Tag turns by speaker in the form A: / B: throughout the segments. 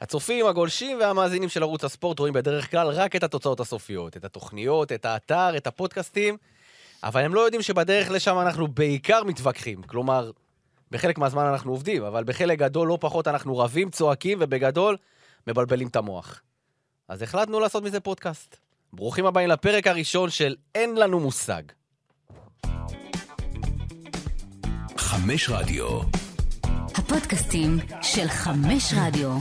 A: הצופים, הגולשים והמאזינים של ערוץ הספורט רואים בדרך כלל רק את התוצאות הסופיות, את התוכניות, את האתר, את הפודקאסטים, אבל הם לא יודעים שבדרך לשם אנחנו בעיקר מתווכחים. כלומר, בחלק מהזמן אנחנו עובדים, אבל בחלק גדול לא פחות אנחנו רבים, צועקים, ובגדול מבלבלים את המוח. אז החלטנו לעשות מזה פודקאסט. ברוכים הבאים לפרק הראשון של אין לנו מושג.
B: חמש רדיו.
C: הפודקאסטים של חמש רדיו.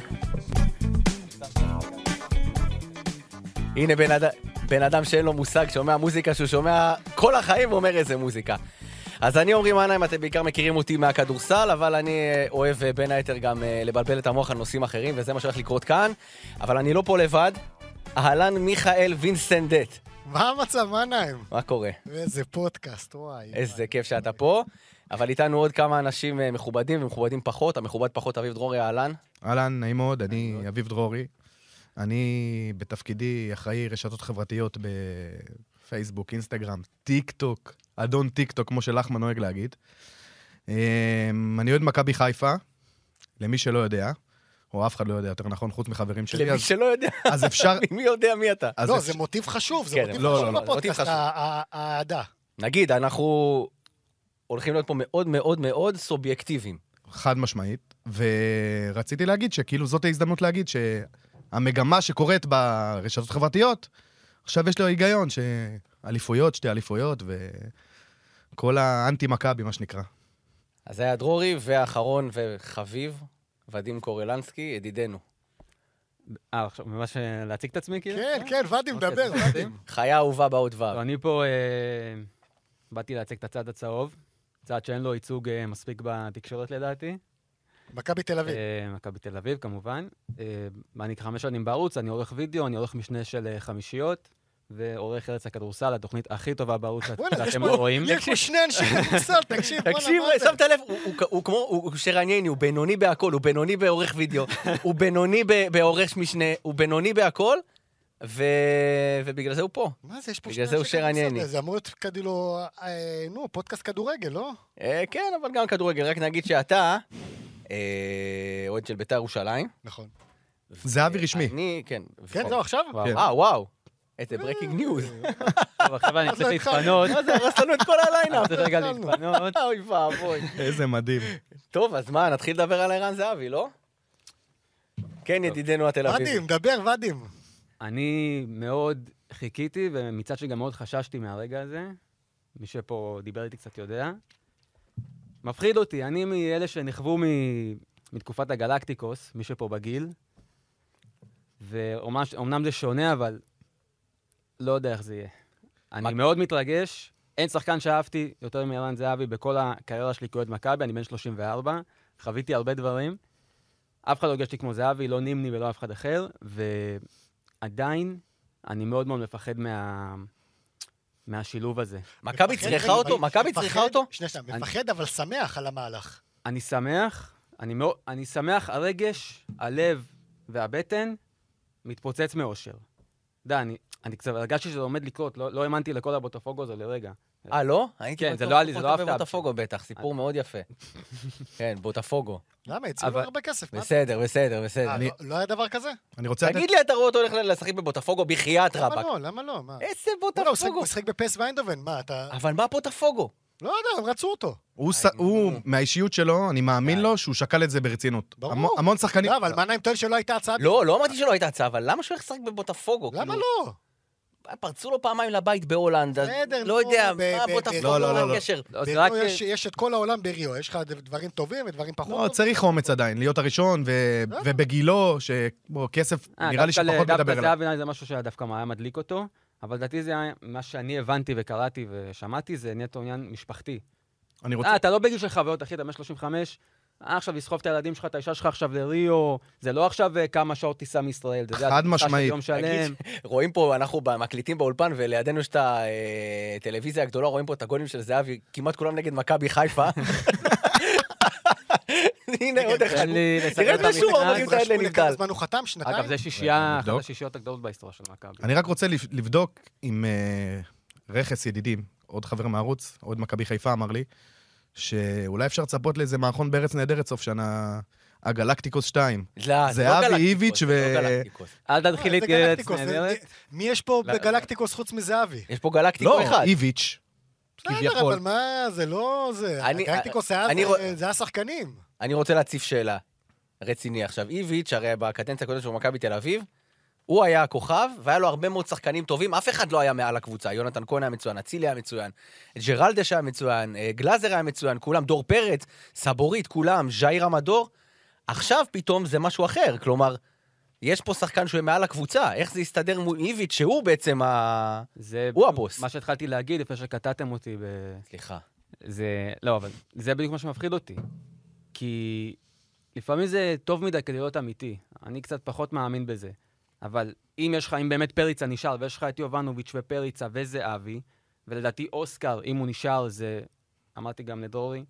A: הנה בן, אד... בן אדם שאין לו מושג, שומע מוזיקה שהוא שומע כל החיים ואומר איזה מוזיקה. אז אני עמרי מנהיים, אתם בעיקר מכירים אותי מהכדורסל, אבל אני אה, אוהב אה, בין היתר גם אה, לבלבל את המוח על נושאים אחרים, וזה מה שהולך לקרות כאן. אבל אני לא פה לבד. אהלן מיכאל וינסטנדט,
D: מה המצב, מה נעים?
A: מה קורה?
D: איזה פודקאסט, וואי.
A: איזה כיף שאתה פה. אבל איתנו עוד כמה אנשים אה, מכובדים ומכובדים פחות. המכובד פחות, אביב דרורי, אהלן.
E: אהלן, נעים מאוד, אני אביב דרורי. אני בתפקידי אחראי רשתות חברתיות בפייסבוק, אינסטגרם, טיק טוק, אדון טיק טוק, כמו שלחמן נוהג להגיד. אמ, אני אוהד מכבי חיפה, למי שלא יודע, או אף אחד לא יודע, יותר נכון, חוץ מחברים שלי,
A: למי
E: אז, אה-
A: שלא יודע,
E: אז אפשר...
A: מי יודע מי אתה.
E: אז
D: לא,
E: אפשר-
D: זה מוטיב חשוב, זה
A: כן,
D: מוטיב
E: לא, לא,
D: חשוב
A: לא, מוטיב
D: בפודקאסט,
A: חשוב.
D: ה- ה- האהדה.
A: נגיד, אנחנו הולכים להיות פה מאוד מאוד מאוד סובייקטיביים.
E: חד משמעית, ורציתי להגיד שכאילו זאת ההזדמנות להגיד שהמגמה שקורית ברשתות החברתיות, עכשיו יש לו היגיון שאליפויות, שתי אליפויות, וכל האנטי-מכבי, מה שנקרא.
A: אז זה היה דרורי, והאחרון וחביב, ודים קורלנסקי, ידידנו.
F: אה, עכשיו, ממש אה, להציג את עצמי כאילו?
D: כן, כן, ואדי מדבר,
F: אוקיי,
D: ואדי.
A: חיה אהובה באות ו'.
F: טוב, אני פה אה, באתי להציג את הצד הצהוב, צד שאין לו ייצוג אה, מספיק בתקשורת לדעתי.
D: מכבי תל אביב.
F: אה, מכבי תל אביב כמובן. אה, אני חמש שנים בערוץ, אני עורך וידאו, אני עורך משנה של אה, חמישיות, ועורך ארץ הכדורסל, התוכנית הכי טובה בערוץ שאת-
D: בוא'נה, יש
F: שאתם
D: פה-
F: רואים.
D: יש פה שני אנשי כדורסל, תקשיב, בוא'נה,
A: תקשיב,
D: מה זה?
A: שמת לב, הוא- הוא כ- הוא כמו, הוא הוא שרענייני, הוא בינוני בהכל, הוא בינוני בעורך וידאו, הוא בינוני ב- בעורך משנה, הוא בינוני בהכל, ו- ובגלל זה הוא פה.
D: מה זה, יש פה
A: בגלל
D: שני
A: זה הוא
D: אנשי
A: שר ענייני.
D: כדורסל, זה אמור להיות כאילו, אה, נו, פודקאסט כדורגל, לא?
A: אה, כן, אבל גם כדורגל, רק נגיד שאתה אה, אוהד של בית"ר ירושלים.
D: נכון.
E: זה אבי רשמי.
A: אני, כן.
D: כן, זהו, עכשיו?
F: וואו,
E: כן.
A: אה, וואו. איזה ברקינג ניוז.
F: טוב, עכשיו אני צריך
D: לא התחלנו.
F: להתפנות,
A: מה זה, הרס לנו את כל
F: אני
A: הלילה.
F: צריך רגע
D: התחלנו.
F: להתפנות.
A: אוי ואבוי.
E: איזה מדהים.
A: טוב, אז מה, נתחיל לדבר על ערן זהבי, לא? כן, ידידנו התל
D: ואדי,
A: אביב.
D: מדבר, ואדי.
F: אני מאוד חיכיתי, ומצד שני גם מאוד חששתי מהרגע הזה. מי שפה דיבר איתי קצת יודע. מפחיד אותי, אני מאלה שנכוו מ... מתקופת הגלקטיקוס, מי שפה בגיל. ואומנם זה שונה, אבל לא יודע איך זה יהיה. אני
A: מה-
F: מאוד מתרגש. אין שחקן שאהבתי יותר מערן זהבי בכל הקריירה שלי כאוהד מכבי, אני בן 34, חוויתי הרבה דברים. אף אחד לא הרגשתי כמו זהבי, לא נימני ולא אף אחד אחר, ועדיין אני מאוד מאוד מפחד מה... מהשילוב הזה.
A: מכבי
D: מפחד,
A: צריכה
D: רגע,
A: אותו?
D: מפחד-
A: מכבי צריכה
D: מפחד-
A: אותו?
D: שנייה, שנייה, מפחד אבל שמח על המהלך.
F: אני שמח, אני, מאוד, אני שמח, הרגש, הלב והבטן מתפוצץ מאושר. די, אני, אני קצת הרגשתי שזה עומד לקרות, לא, לא האמנתי לכל הבוטפוגו הזה לרגע.
A: אה, לא? הייתי
F: כן, זה
A: בטוח
F: לא היה לי, זה
A: שפחות
F: לא
A: אוהב
F: הפתעה.
A: בוטפוגו בטח,
D: אה.
A: סיפור מאוד יפה. כן, בוטפוגו.
D: למה? הציעו לו
F: אבל-
D: הרבה כסף. מה אתה-
A: בסדר, בסדר, בסדר.
D: אה, לא- לא היה דבר כזה?
E: אני רוצה לתת...
A: תגיד לי, אתה רואה אותו הולך לשחק בבוטפוגו בחייאת
D: למה
A: רבאק.
D: לא? למה לא? מה?
A: איזה
D: וואלה, הוא שיחק-
A: בוטפוגו.
D: הוא שיחק בפס ואיינדובן, מה, אתה...
A: אבל מה בוטפוגו?
D: לא יודע, הם רצו אותו.
E: הוא ס- הוא, מהאישיות שלו, אני מאמין לו שהוא שקל את זה ברצינות.
D: ברור.
E: המון- המון שחקנים...
D: לא, אבל מנהיים טוען שלא הייתה הצעה...
A: לא, לא אמרתי שלא הייתה הצעה, אבל למה שהוא הולך לשחק בבוטפוגו?
D: למה
A: כאילו,
D: לא? פרצו
A: פרצו לו פעמיים לבית בהולנד, אז
D: בסדר,
A: לא
D: נו,
A: יודע,
D: ב-
A: מה
D: ב- ב-
A: בוטפוגו,
E: לא, לא,
A: מה
E: לא, לא.
A: הקשר?
F: לא, זה
D: בריו
F: רק...
D: יש- יש את כל העולם בריו, יש לך דברים טובים ודברים פחות
E: לא,
D: טובים.
E: צריך אומץ עדיין, להיות הראשון, ו-
D: לא.
E: ובגילו, שכסף,
F: אה,
E: נראה לי
F: דווקא ל-
E: שפחות מדבר
F: דווקא
E: עליו.
F: זהב בעיניי זה משהו שדווקא היה מדליק אותו, אבל לדעתי זה היה- מה שאני הבנתי וקראתי ושמעתי, זה נטו עניין משפחתי.
E: אני רוצה...
F: אה, אתה לא בגיל של חוויות, אחי, אתה בן 35. אה, עכשיו לסחוב את הילדים שלך, את האישה שלך עכשיו לריו, זה לא עכשיו אה, כמה שעות טיסה מישראל, זה זה
E: חד
F: הטיסה של
E: משמעית.
F: יום שלם.
A: תגיד, רואים פה, אנחנו מקליטים באולפן, ולידינו יש את הטלוויזיה הגדולה, רואים פה את הגולים של זהבי, כמעט כולם נגד מכבי חיפה. הנה עוד אחד.
F: תן לי לסדר
A: תראה
F: את אה,
A: איזה שהוא
F: המכנס.
A: מרים את
D: הוא
A: היד
D: רשמו
A: לנבדל.
D: לכמה זמן הוא חתם, שנתיים? אה,
F: אגב, זה שישייה, אחת
E: אוקיי, נבדוק.
F: השישיות הגדולות בהיסטוריה של מכבי.
E: אני רק רוצה לבד- לבדוק עם אה, רכס ידידים, עוד חבר מהערוץ, עוד מכבי חיפה אמר לי, שאולי אפשר לצפות לאיזה מערכון בארץ נהדרת סוף שנה. הגלקטיקוס 2.
A: לא, זה לא
E: זהבי
A: גלקטיקוס,
E: איביץ'
A: זה
E: ו-
A: לא גלקטיקוס.
F: אל
D: אה,
F: תתחיל
D: זה
F: להתגלגל את
D: גלקטיקוס, זה-
F: צנדלת.
D: מי יש פה
A: לא,
D: בגלקטיקוס חוץ מזהבי?
A: יש פה גלקטיקו
E: לא,
A: אחד.
E: איביץ',
D: בסדר, אבל
E: כביכול.
D: מה, זה לא זה.
A: אני-
D: הגלקטיקוס היה-
A: אני רוא-
D: זה היה שחקנים.
A: אני רוצה להציף שאלה רציני עכשיו. איביץ', הרי בקדנציה הקודמת של מכבי תל אביב, הוא היה הכוכב, והיה לו הרבה מאוד שחקנים טובים, אף אחד לא היה מעל הקבוצה. יונתן כהן היה מצוין, אצילי היה מצוין, ג'רלדש היה מצוין, אה, גלאזר היה מצוין, כולם, דור פרץ, סבורית, כולם, ז'איר המדור. עכשיו פתאום זה משהו אחר, כלומר, יש פה שחקן שהוא מעל הקבוצה, איך זה יסתדר מול איביץ', שהוא בעצם ה...
F: זה
A: הוא
F: בדיוק
A: הבוס.
F: מה שהתחלתי להגיד לפני שקטעתם אותי ב...
A: סליחה.
F: זה... לא, אבל זה בדיוק מה שמפחיד אותי. כי לפעמים זה טוב מדי כדי להיות אמיתי. אני קצת פחות מאמין בזה. אבל אם יש לך, אם באמת פריצה נשאר, ויש לך את יובנוביץ' ופריצה וזהבי, ולדעתי אוסקר, אם הוא נשאר, זה... אמרתי גם לדרורי,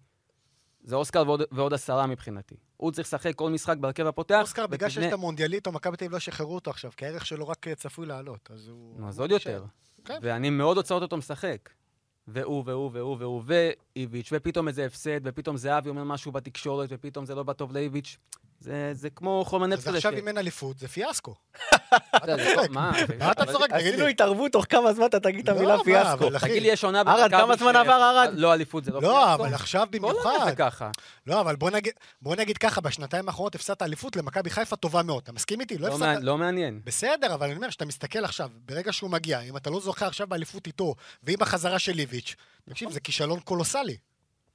F: זה אוסקר ועוד, ועוד עשרה מבחינתי. הוא צריך לשחק כל משחק בהרכב הפותח.
D: אוסקר, בגלל שיש
F: ותבנה-
D: את המונדיאליט, או מכבי תל אביב לא שחררו אותו עכשיו, כי הערך שלו רק אה, צפוי לעלות, אז הוא...
F: נו, אז
D: הוא
F: עוד
D: יישאר.
F: יותר.
D: כן.
F: ואני מאוד רוצה לראות אותו משחק. והוא, והוא, והוא, והוא, ואיביץ', ופתאום איזה הפסד, ופתאום זהבי אומר משהו בתקשורת, ופתאום זה לא בא טוב לאיביץ'. זה, זה כמו חומר נפץ
D: אז
F: כזה.
D: עכשיו
F: ש-
D: אם אין אליפות, זה פיאסקו.
F: כן. אתה יודע, זה לא- מה?
D: מה אתה צוחק, תגיד
A: עשינו
D: לי?
A: התערבות, תוך כמה זמן אתה תגיד את
D: לא,
A: המילה
D: מה,
A: פיאסקו.
D: אבל אחי,
F: תגיד לי, יש עונה...
A: ערד,
F: במכבי
A: כמה זמן
F: ש-
A: עבר, ערד?
F: לא אליפות, זה לא
D: לא,
F: פיאסקו?
D: אבל עכשיו
F: כל עונה זה
D: במיוחד.
F: ככה.
D: לא, אבל בוא נגיד- בוא נגיד ככה, בשנתיים האחרונות הפסדת אליפות למכבי חיפה טובה מאוד. אתה מסכים איתי? לא
F: לא
D: הפסדת...
F: מעניין- לא מעניין.
D: בסדר, אבל אני אומר, כשאתה מסתכל עכשיו, ברגע שהוא מגיע, אם אתה לא זוכר עכשיו באליפות איתו, ועם החזרה של איביץ',
F: נכון.
D: תקשיב, זה כישלון קולוסלי.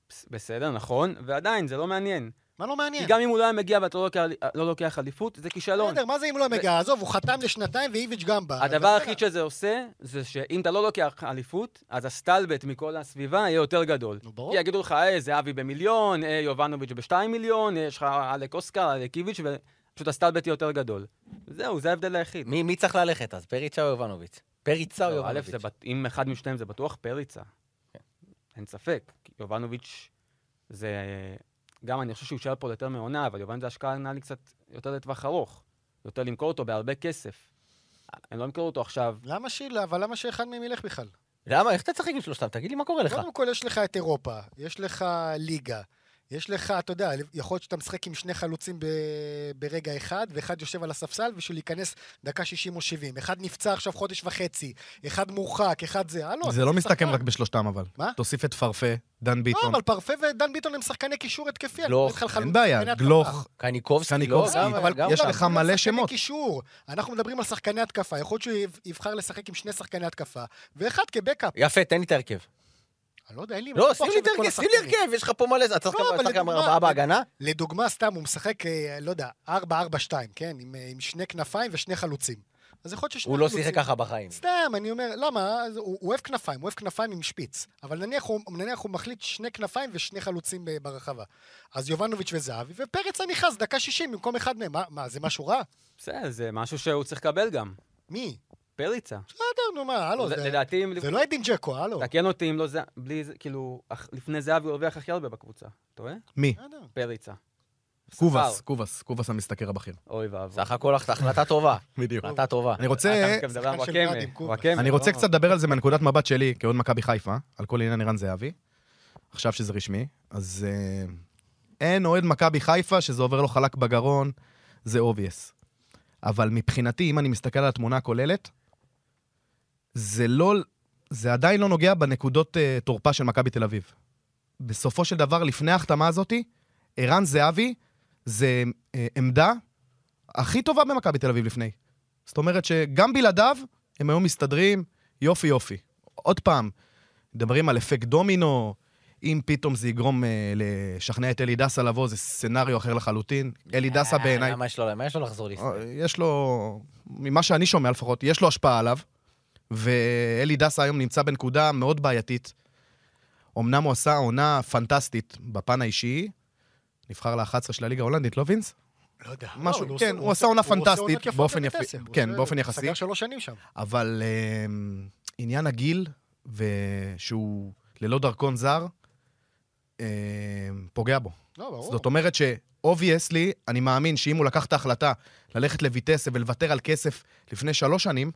F: בס- בסדר, נכון, ועדיין, זה לא מעניין.
D: מה לא
F: כי
D: מעניין?
F: גם אם הוא לא היה מגיע ואתה לא לוקח- לא לוקח אליפות, זה כישלון.
D: בסדר, מה זה אם לא מגיע? עזוב, הוא חתם לשנתיים ואיביץ' גם בא.
F: הדבר
D: אז
F: היחיד שזה עושה, זה שאם אתה לא לוקח אליפות, אז הסטלבט מכל הסביבה יהיה יותר גדול.
D: נו, ברור.
F: כי יגידו לך, אה, זהבי במיליון, אה, יובנוביץ' בשתיים מיליון, אה, יש לך עלק אוסקר, עלק איביץ', ופשוט הסטלבט יהיה יותר גדול. זהו, זה ההבדל היחיד.
A: מי, מי צריך ללכת אז? פריצה או יובנוביץ'? פריצה או
F: לא, א',
A: יובנוביץ'?
F: זה בט- אם אחד משניהם זה בטוח פריצה. אין ספק. כי יובנוביץ' זה... גם אני חושב שהוא יישאר פה ליותר מעונה, אבל יובנוביץ' זה השקעה נראה לי קצת יותר לטווח ארוך. יותר למכור אותו בהרבה כסף. הם לא ימכרו אותו עכשיו.
D: למה שילה? אבל למה שאחד מהם ילך בכלל?
A: למה? איך אתה תשחק עם שלושתם? תגיד לי, מה קורה לך?
D: קודם כל, יש לך את אירופה, יש לך ליגה, יש לך, אתה יודע, יכול להיות שאתה משחק עם שני חלוצים ב... ברגע אחד, ואחד יושב על הספסל בשביל להיכנס דקה 60 או 70. אחד נפצע עכשיו חודש וחצי, אחד מורחק, אחד זה. הלו,
E: זה לא
D: אתה
E: מסתכם
D: שחקן.
E: רק בשלושתם, אבל.
D: מה?
E: תוסיף את פרפה, דן
D: לא,
E: ביטון.
D: אבל פרפה ודן ביטון הם שחקני קישור התקפי. אני
A: גלוך,
D: מדבר איתך על
E: אין
D: חלוצ-
E: בעיה,
D: שחקני התקפה.
E: גלוך.
A: קניקובסקי,
E: קניקובסקי,
A: לא, גם-
D: אבל
A: גם
E: יש
A: שם.
E: לך מלא
D: שחקני
E: שמות.
D: קישור. אנחנו מדברים על שחקני התקפה. יכול להיות שהוא יבחר לשחק עם שני שחקני התקפה, ואחד כבקאפ.
A: יפה, תן לי את ההרכב.
D: אני לא יודע, אין לי...
A: לא,
D: פה
A: שים לי
D: עכשיו
A: את
D: כל
A: ההרכב, שים לי
D: השחקנים.
A: הרכב, יש לך פה מלא... אתה צריך
D: לא, אבל
A: צריך גם
D: לדוגמה-
A: ארבעה בהגנה?
D: לדוגמה, סתם, הוא משחק, אה, לא יודע, 4-4-2, כן? עם, אה, עם שני כנפיים ושני חלוצים. אז יכול להיות ששני
A: הוא לא
D: חלוצים-
A: שיחק ככה בחיים.
D: סתם, אני אומר, למה? אז הוא הוא אוהב כנפיים, הוא אוהב כנפיים עם שפיץ. אבל נניח הוא, נניח הוא מחליט שני כנפיים ושני חלוצים אה, ברחבה. אז יובנוביץ' וזהבי, ופרץ הנכנס, דקה 60 במקום אחד מהם. מה, מה, זה משהו רע?
F: בסדר, זה משהו שהוא צריך לקבל גם.
D: מי?
F: פריצה.
D: בסדר, נו מה, הלו,
F: זה-
D: זה-
F: לדעתי, אם-
D: זה לא עדין ג'קו, הלו.
F: תקן אותי אם לא זה, בלי זה, כאילו, אח- לפני זהבי הוא הרוויח הכי הרבה בקבוצה. טועה?
E: מי?
D: בסדר.
F: פריצה.
E: קובס,
F: ספר.
E: קובס, קובס המסתכר הבכיר.
F: אוי ואבוי.
A: סך הכל החלטה טובה.
E: בדיוק.
A: החלטה טובה.
E: אני
F: אתה
E: רוצה,
F: גם מדבר על
D: שחקן של
F: וואקמה,
D: גדי עם קובס.
F: וואקמה,
E: אני
F: לא?
E: רוצה קצת לדבר על זה מנקודת מבט שלי, כאוהד מכבי חיפה, על כל עניין ערן זהבי, עכשיו שזה רשמי, אז אה, אין אוהד מכבי חיפה שזה עובר לו חלק בגרון, זה obvious. אבל מבחינתי, אם אני מסתכל על התמונה הכוללת, זה לא, זה עדיין לא נוגע בנקודות אה, תורפה של מכבי תל אביב. בסופו של דבר, לפני ההחתמה הזאתי, ערן זהבי זה אה, עמדה הכי טובה במכבי תל אביב לפני. זאת אומרת שגם בלעדיו, הם היו מסתדרים יופי יופי. עוד פעם, מדברים על אפקט דומינו, אם פתאום זה יגרום אה, לשכנע את אלי דסה לבוא, זה סצנריו אחר לחלוטין. אלי דסה
A: אה,
E: בעיניי... אה,
A: למה יש לו- למה יש לו לחזור לפני?
E: יש לו, ממה שאני שומע לפחות, יש לו השפעה עליו, ואלי דסה היום נמצא בנקודה מאוד בעייתית. אמנם הוא עשה עונה פנטסטית בפן האישי, נבחר ל-11 של הליגה ההולנדית, לא וינס?
D: לא יודע.
E: משהו,
D: לא, אבל
E: כן,
D: עושה-
E: הוא עשה עונה
D: הוא עונות
E: פנטסטית
D: יפות
E: באופן
D: בטסיה,
E: יפי-
D: הוא
E: כן,
D: עושה-
E: באופן
D: הוא
E: יחסי.
D: סגר שלוש שנים שם.
E: אבל אה, עניין הגיל, ושהוא ללא דרכון זר, אה, פוגע בו.
D: לא, ברור.
E: זאת אומרת שאובייסלי, אני מאמין שאם הוא לקח את ההחלטה ללכת לויטסה ולוותר על כסף לפני שלוש שנים,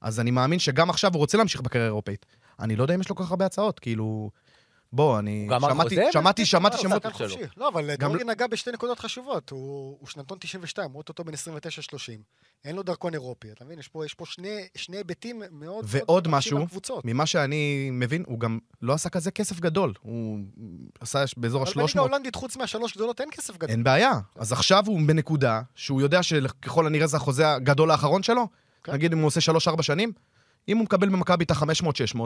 E: אז אני מאמין שגם עכשיו הוא רוצה להמשיך בקריירה האירופאית. אני לא יודע אם יש לו כל כך הרבה הצעות, כאילו... בוא, אני...
A: הוא גמר
E: שמעתי,
A: חוזה? כן,
E: שמעתי, שמעתי
D: לא,
E: שמות...
D: שחקן
A: שלו.
D: חופשי. לא, אבל
E: גם
D: דרורי נגע בשתי נקודות חשובות. הוא הוא שנתון 92, הוא אוטוטו בן 29-30. אין לו דרכון אירופי, אתה מבין? יש פה- יש פה שני- שני היבטים מאוד...
E: ועוד
D: מקשים על
E: משהו,
D: קבוצות.
E: ממה שאני מבין, הוא גם לא עשה כזה כסף גדול. הוא עשה באזור
D: אבל בליגה
E: ה-300
D: ההולנדית, חוץ מהשלוש גדולות, אין כסף גדול.
E: אין בעיה. אז עכשיו הוא בנקודה שהוא יודע שככל הנראה זה החוזה הגדול האחרון שלו.
D: כן.
E: נגיד אם הוא עושה 3-4 שנים, אם הוא מקבל במכבי את ה-500-600,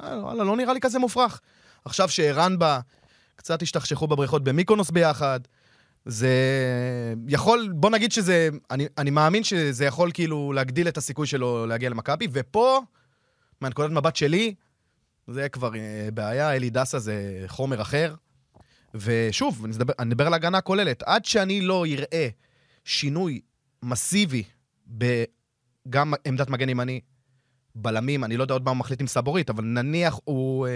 E: וואלה, לא נראה לי כזה מופרך. עכשיו שערן בא, קצת השתכשכו בבריכות במיקונוס ביחד, זה יכול, בוא נגיד שזה, אני, אני מאמין שזה יכול כאילו להגדיל את הסיכוי שלו להגיע למכבי, ופה, מהנקודת מבט שלי, זה כבר אה, בעיה, אלי דסה זה חומר אחר. ושוב, אני מדבר, אני מדבר על הגנה כוללת. עד שאני לא אראה שינוי מסיבי בגם עמדת מגן ימני, בלמים, אני לא יודע עוד מה הוא מחליט עם סבורית, אבל נניח הוא אה,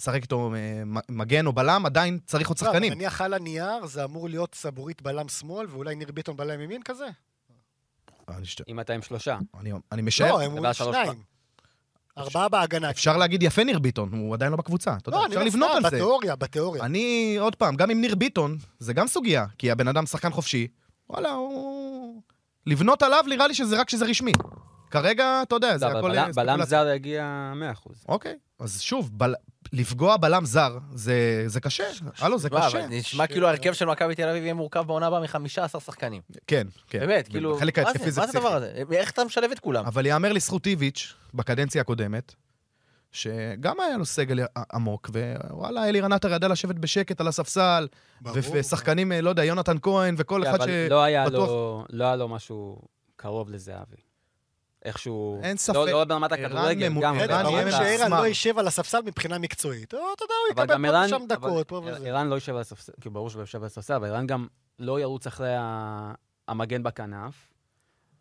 E: משחק איתו אה, מ- מגן או בלם, עדיין צריך עוד
D: לא, אבל
E: שחקנים.
D: נניח על הנייר, זה אמור להיות סבורית בלם שמאל, ואולי ניר ביטון בלם ימין כזה?
E: אני שת-
F: אם אתה עם שלושה.
E: אני, אני משער.
D: לא, הם
F: מדבר
D: אומרים
F: על שלוש
D: שניים. ארבעה בהגנה.
E: אפשר להגיד יפה ניר ביטון, הוא עדיין לא בקבוצה. אתה יודע,
D: לא, אני
E: אפשר לבנות
D: מסתכל,
E: על זה.
D: בתיאוריה, בתיאוריה.
E: אני, עוד פעם, גם עם ניר ביטון, זה גם סוגיה, כי הבן אדם שחקן חופשי, וואלה, הוא... לבנות עליו נראה לי שזה רק כשזה רשמי. כרגע, אתה יודע, זה
F: לא, אבל
E: הכל...
F: בלם-
E: אה,
F: בלם
E: ספקולציה.
F: זר יגיע 100%.
E: אוקיי, אז שוב, בל... לפגוע בלם זר, זה, זה קשה. הלו, זה
A: מה,
E: קשה.
A: אבל נשמע כאילו ההרכב של מכבי תל אביב יהיה מורכב בעונה הבאה מ-15 שחקנים.
E: כן, כן.
A: באמת, כאילו,
E: בחלק
A: מה זה-
E: ההתקפי זה
A: מה זה
E: פסיכי.
A: הדבר הזה? איך אתה משלב את כולם?
E: אבל ייאמר לזכות איביץ', בקדנציה הקודמת, שגם היה לו סגל ע- עמוק, ווואלה, אלירן עטר ידע לשבת בשקט על הספסל,
D: ברור.
E: ו- ושחקנים, אה, לא יודע, יונתן כהן, וכל
F: כן,
E: אחד
F: אבל
E: ש...
F: לא היה
E: בטוח-
F: לו- לא היה לו משהו קרוב לזהבי. איכשהו...
E: אין ספק.
F: לא- לא ברמת
E: ערן
F: הכדורגל,
E: ממ-
F: גם...
E: ערן
F: ברמת
D: בסדר, ברור
E: יהיה
F: ה-
E: ממוסמך.
D: שערן
E: מסמך.
D: לא יישב על הספסל מבחינה מקצועית. או, אתה יודע, הוא
F: אבל
D: יקבל
F: גם
D: פה
F: ערן...
D: ושם דקות, פה
F: אבל
D: וזה.
F: ערן לא יושב על הספסל, כי ברור שהוא לא יושב על הספסל, אבל ערן גם לא ירוץ אחרי ה- המגן בכנף,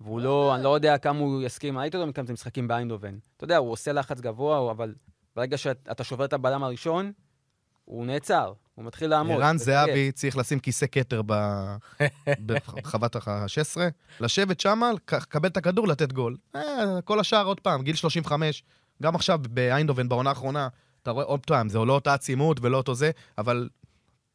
F: והוא לא, אני לא יודע כמה הוא יסכים, ראיתי אותו מכמה משחקים באיינדובן. אתה יודע, הוא עושה לחץ גבוה, הוא- אבל ברגע שאתה שובר את הבלם הראשון, הוא נעצר, הוא מתחיל לעמוד.
E: ערן
F: וזה-
E: זהבי צריך לשים כיסא כתר ב- בחוות ה-16, לשבת שמה, לק- לקבל את הכדור, לתת גול. אה, כל השאר, עוד פעם, גיל 35, גם עכשיו באיינדובן, בעונה האחרונה, אתה רואה עוד פעם, זה לא אותה עצימות ולא אותו זה, אבל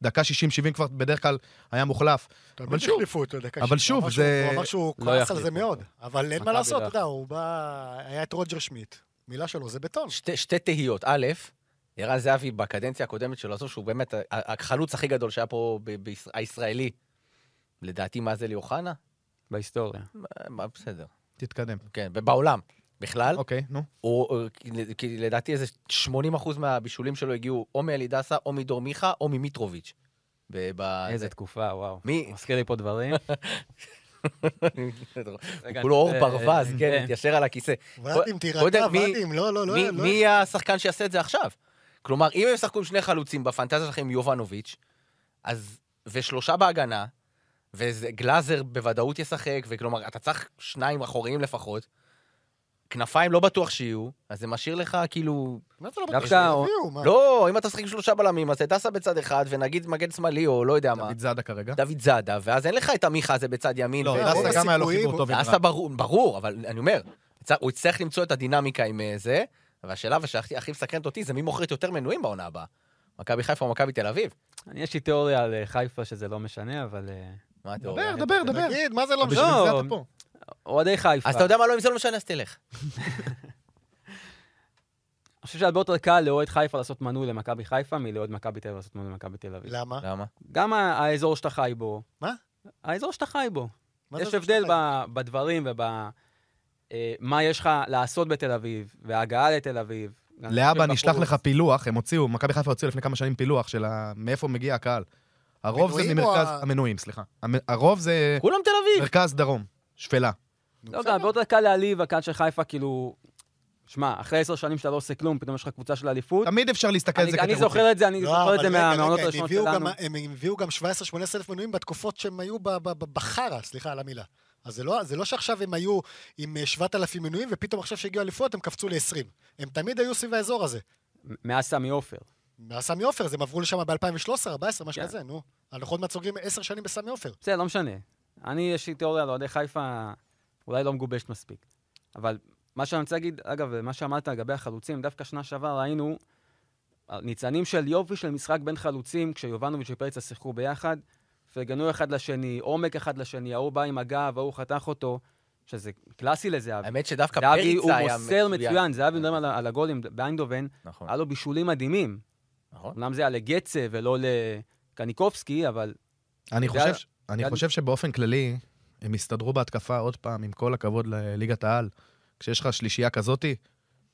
E: דקה 60-70 כבר בדרך כלל היה מוחלף. אבל
D: תמיד
E: שוב-
D: החליפו אותו דקה
E: אבל
D: שישית. הוא
E: שוב,
D: אמר שהוא-
E: זה-
D: הוא אמר שהוא
F: לא
D: כועס על
F: יחליפו
D: זה מאוד, אבל אין מה
F: מכבי
D: לעשות,
F: לא
D: אתה יודע, הוא בא... היה את רוג'ר שמיט. מילה שלו זה בטון.
A: שתי, שתי תהיות. א', ערן זהבי בקדנציה הקודמת שלו, עזוב שהוא באמת ה- ה- החלוץ הכי גדול שהיה פה ב- ביש- הישראלי. לדעתי, מה זה ליוחנה? אה,
F: בהיסטוריה.
A: מה, בסדר.
E: תתקדם.
A: כן, בעולם. בכלל,
E: אוקיי, נו.
A: הוא, הוא- כי- כי לדעתי איזה 80% מהבישולים שלו הגיעו או מאלידסה, או מדור מיכה, או ממיטרוביץ'. ב- ב-
F: איזה תקופה, וואו.
A: מי-
F: מזכיר לי פה דברים.
A: הוא כולו אור ברווז, כן, מתיישר על הכיסא.
D: ואדים, תירגע,
A: קודם, מי-
D: ואדים, לא, לא, לא,
A: מי-
D: לא.
A: מי השחקן שיעשה את זה עכשיו? כלומר, אם הם ישחקו עם שני חלוצים בפנטזיה שלכם עם יובנוביץ', אז... ושלושה בהגנה, וגלאזר בוודאות ישחק, וכלומר, אתה צריך שניים אחוריים לפחות. כנפיים לא בטוח שיהו, אז זה משאיר לך כאילו...
D: מה זה לא
F: דווקא
D: בטוח?
F: הוא-
D: הביאו, מה?
A: לא, אם אתה משחק עם שלושה בלמים, אז את אסה בצד אחד, ונגיד מגן שמאלי, או לא יודע מה,
E: דוד זאדה כרגע.
A: דוד זאדה, ואז אין לך את עמיחה הזה בצד ימין.
E: לא,
A: ו-
D: דסה
E: דסה גם היה לו
D: הסיכויים-
E: חיבור טוב עם
A: דסה ברור, ברור, אבל אני אומר, צ- הוא יצטרך למצוא את הדינמיקה עם אה, זה, והשאלה שהכי הכי מסקרנת אותי זה מי מוכרת יותר מנויים בעונה הבאה. מכבי חיפה או מכבי תל אביב?
F: אני, יש לי תיאוריה על אה, חיפה שזה לא משנה, אבל... אה,
A: מה
E: דבר,
A: התיאוריה?
E: דבר, דבר.
D: תגיד, מה זה לא
E: בשביל
D: משנה?
E: זה אתה פה.
F: אוהדי חיפה.
A: אז אתה יודע מה, לא, אם זה לא משנה, אז תלך.
F: אני חושב שהרבה יותר קל לאוהד חיפה לעשות מנוי למכבי חיפה מלאוהד מכבי תל אביב לעשות מנוי למכבי תל אביב.
D: למה?
A: למה?
F: גם ה- האזור שאתה חי בו.
D: מה?
F: האזור שאתה חי בו.
D: מה זה
F: יש
D: זה
F: הבדל
D: משנה?
F: ב- בדברים וב... אה, מה יש לך לעשות בתל אביב, וההגעה לתל אביב.
E: לאבא, אני
F: בחוץ.
E: אשלח לך פילוח, הם הוציאו, מכבי חיפה הוציאו לפני כמה שנים פילוח של ה- מאיפה מגיע הקהל. הרוב זה
D: המנויים או
E: ממרכז,
D: ה-
E: המנויים, סליחה. המ- הרוב זה
A: כולם תל אביב!
E: מרכז דרום, שפלה.
D: נו,
F: לא, גם
D: בסדר.
F: הרבה יותר קל להעליב, הקהל של חיפה, כאילו... שמע, אחרי עשר שנים שאתה לא עושה כלום, פתאום יש לך קבוצה של אליפות.
E: תמיד אפשר להסתכל על
F: אני-
E: זה
F: אני
E: כאתם רוצים.
F: זוכר את זה, אני
D: לא,
F: זוכר את
D: אבל
F: זה
D: רגע, רגע,
F: מהמעונות
D: הם
F: הראשונות
D: הביאו גם-
F: שלנו.
D: הם הביאו גם 17-18 אלף מנויים בתקופות שהם היו ב- ב- ב- בחרא, סליחה על המילה. אז זה לא, זה לא שעכשיו הם היו עם אה, 7,000 מנויים, ופתאום עכשיו שהגיעו אליפויות הם קפצו ל-20. הם תמיד היו סביב האזור הזה.
F: מ- מאז סמי עופר.
D: מהסמי עופר, אז הם עברו לשם ב-2013, 2014, משהו
F: כן.
D: כזה, נו. אנחנו עוד מעט סוגרים 10 שנים בסמי עופר.
F: בסדר, לא משנה. אני, יש לי תיאוריה על אוהדי חיפה, אולי לא מגובשת מספיק. אבל מה שאני רוצה להגיד, אגב, מה שאמרת לגבי החלוצים, דווקא שנה שעברה ראינו, אה, ניצנים של יופי של משחק בין חלוצים, כשיובנוביץ' ופריצה שיחקו ביחד, ופרגנו אחד לשני, עומק אחד לשני, ההוא בא עם הגב, ההוא חתך אותו, שזה קלאסי לזהבי.
A: האמת שדווקא
F: זהבי אה, הוא
A: פריצה היה
F: מוסר מצוין, אה, זהבי מדברים על ה- על הגולים באיינדובן,
A: נכון.
F: היה לו בישולים מדהימים.
A: נכון.
F: אמנם זה היה לגצה ולא לקניקובסקי, אבל
E: אני
F: זה
E: חושב,
F: היה-
E: ש- אני
F: היה-
E: חושב שבאופן כללי, הם הסתדרו בהתקפה עוד פעם, עם כל הכבוד לליגת העל. כשיש לך שלישייה כזאתי,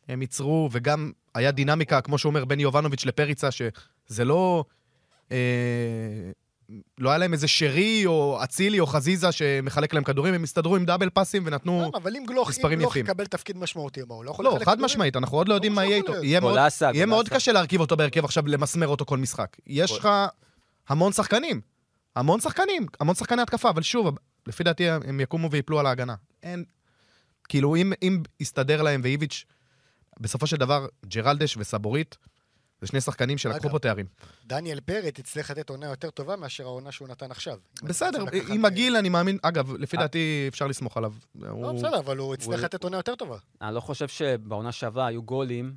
E: הם ייצרו, וגם היה דינמיקה, כמו שהוא אומר, בין יובנוביץ' לפריצה, שזה לא... אה, לא היה להם איזה שרי או אצילי או חזיזה שמחלק להם כדורים, הם הסתדרו עם דאבל פאסים ונתנו...
D: למה? אבל אם גלוך, אם
E: מספרים
D: גלוך
E: יפים.
D: יקבל תפקיד משמעותי, מה, הוא לא יכול
E: לא,
D: לחלק
E: חד
D: כדורים?
E: משמעית, אנחנו עוד לא יודעים מה
D: ברור
E: יהיה
D: שהוא
E: איתו.
D: יכול
E: יהיה מאוד-
F: גולסה,
E: יהיה מאוד
F: גולסה.
E: קשה להרכיב אותו בהרכב עכשיו, למסמר אותו כל משחק. יש
A: גול.
E: לך המון שחקנים, המון שחקנים, המון שחקני התקפה, אבל שוב, לפי דעתי הם יקומו ויפלו על ההגנה. אין... כאילו, אם, אם יסתדר להם ואיביץ', בסופו של דבר, ג'רלדש וסבורית, זה שני שחקנים שלקחו
D: אגב.
E: פה תארים.
D: דניאל פרט יצטרך לתת עונה יותר טובה מאשר העונה שהוא נתן עכשיו. אם
E: בסדר,
D: אתה צריך
E: עם
D: לקחת-
E: הגיל אני מאמין, אגב, לפי דעתי אפשר לסמוך עליו.
D: לא,
E: הוא-
D: בסדר, אבל הוא יצטרך
E: הוא-
D: לתת עונה יותר טובה.
F: אני לא חושב שבעונה שעברה היו גולים.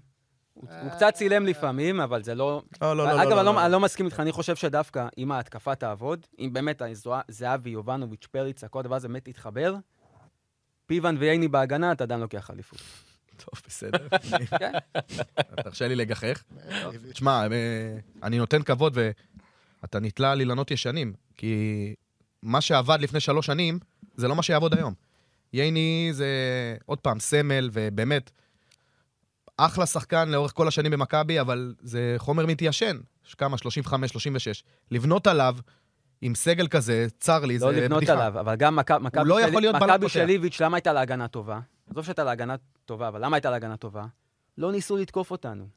F: הוא הוא קצת צילם לפעמים, אבל זה לא...
E: לא, לא, לא, לא,
F: אגב,
E: לא,
F: אני לא-
E: לא.
F: אני לא מסכים איתך, אני חושב שדווקא אם ההתקפה תעבוד, אם באמת הזוה- זהבי, יובנוביץ', פריצה, כל הדבר הזה באמת יתחבר, פיבן וייני בהגנה, אתה עדיין לוקח אליפות.
E: טוב, בסדר.
F: כן.
E: תרשה לי לגחך. תשמע, אה, אני נותן כבוד ואתה נתלה על אילנות ישנים, כי מה שעבד לפני שלוש שנים, זה לא מה שיעבוד היום. ייני זה עוד פעם סמל, ובאמת, אחלה שחקן לאורך כל השנים במכבי, אבל זה חומר מתיישן, יש כמה, 35, 36. לבנות עליו עם סגל כזה, צר לי, זה
F: לא
E: בדיחה.
F: לבנות עליו, אבל גם מכ- מכבי
E: לא
F: של-
E: יכול להיות בלם
F: מכבי
E: פותח.
F: של איביץ', למה הייתה לה הגנה טובה? עזוב שהייתה לה הגנה טובה, אבל למה הייתה לה הגנה טובה? לא ניסו לתקוף אותנו.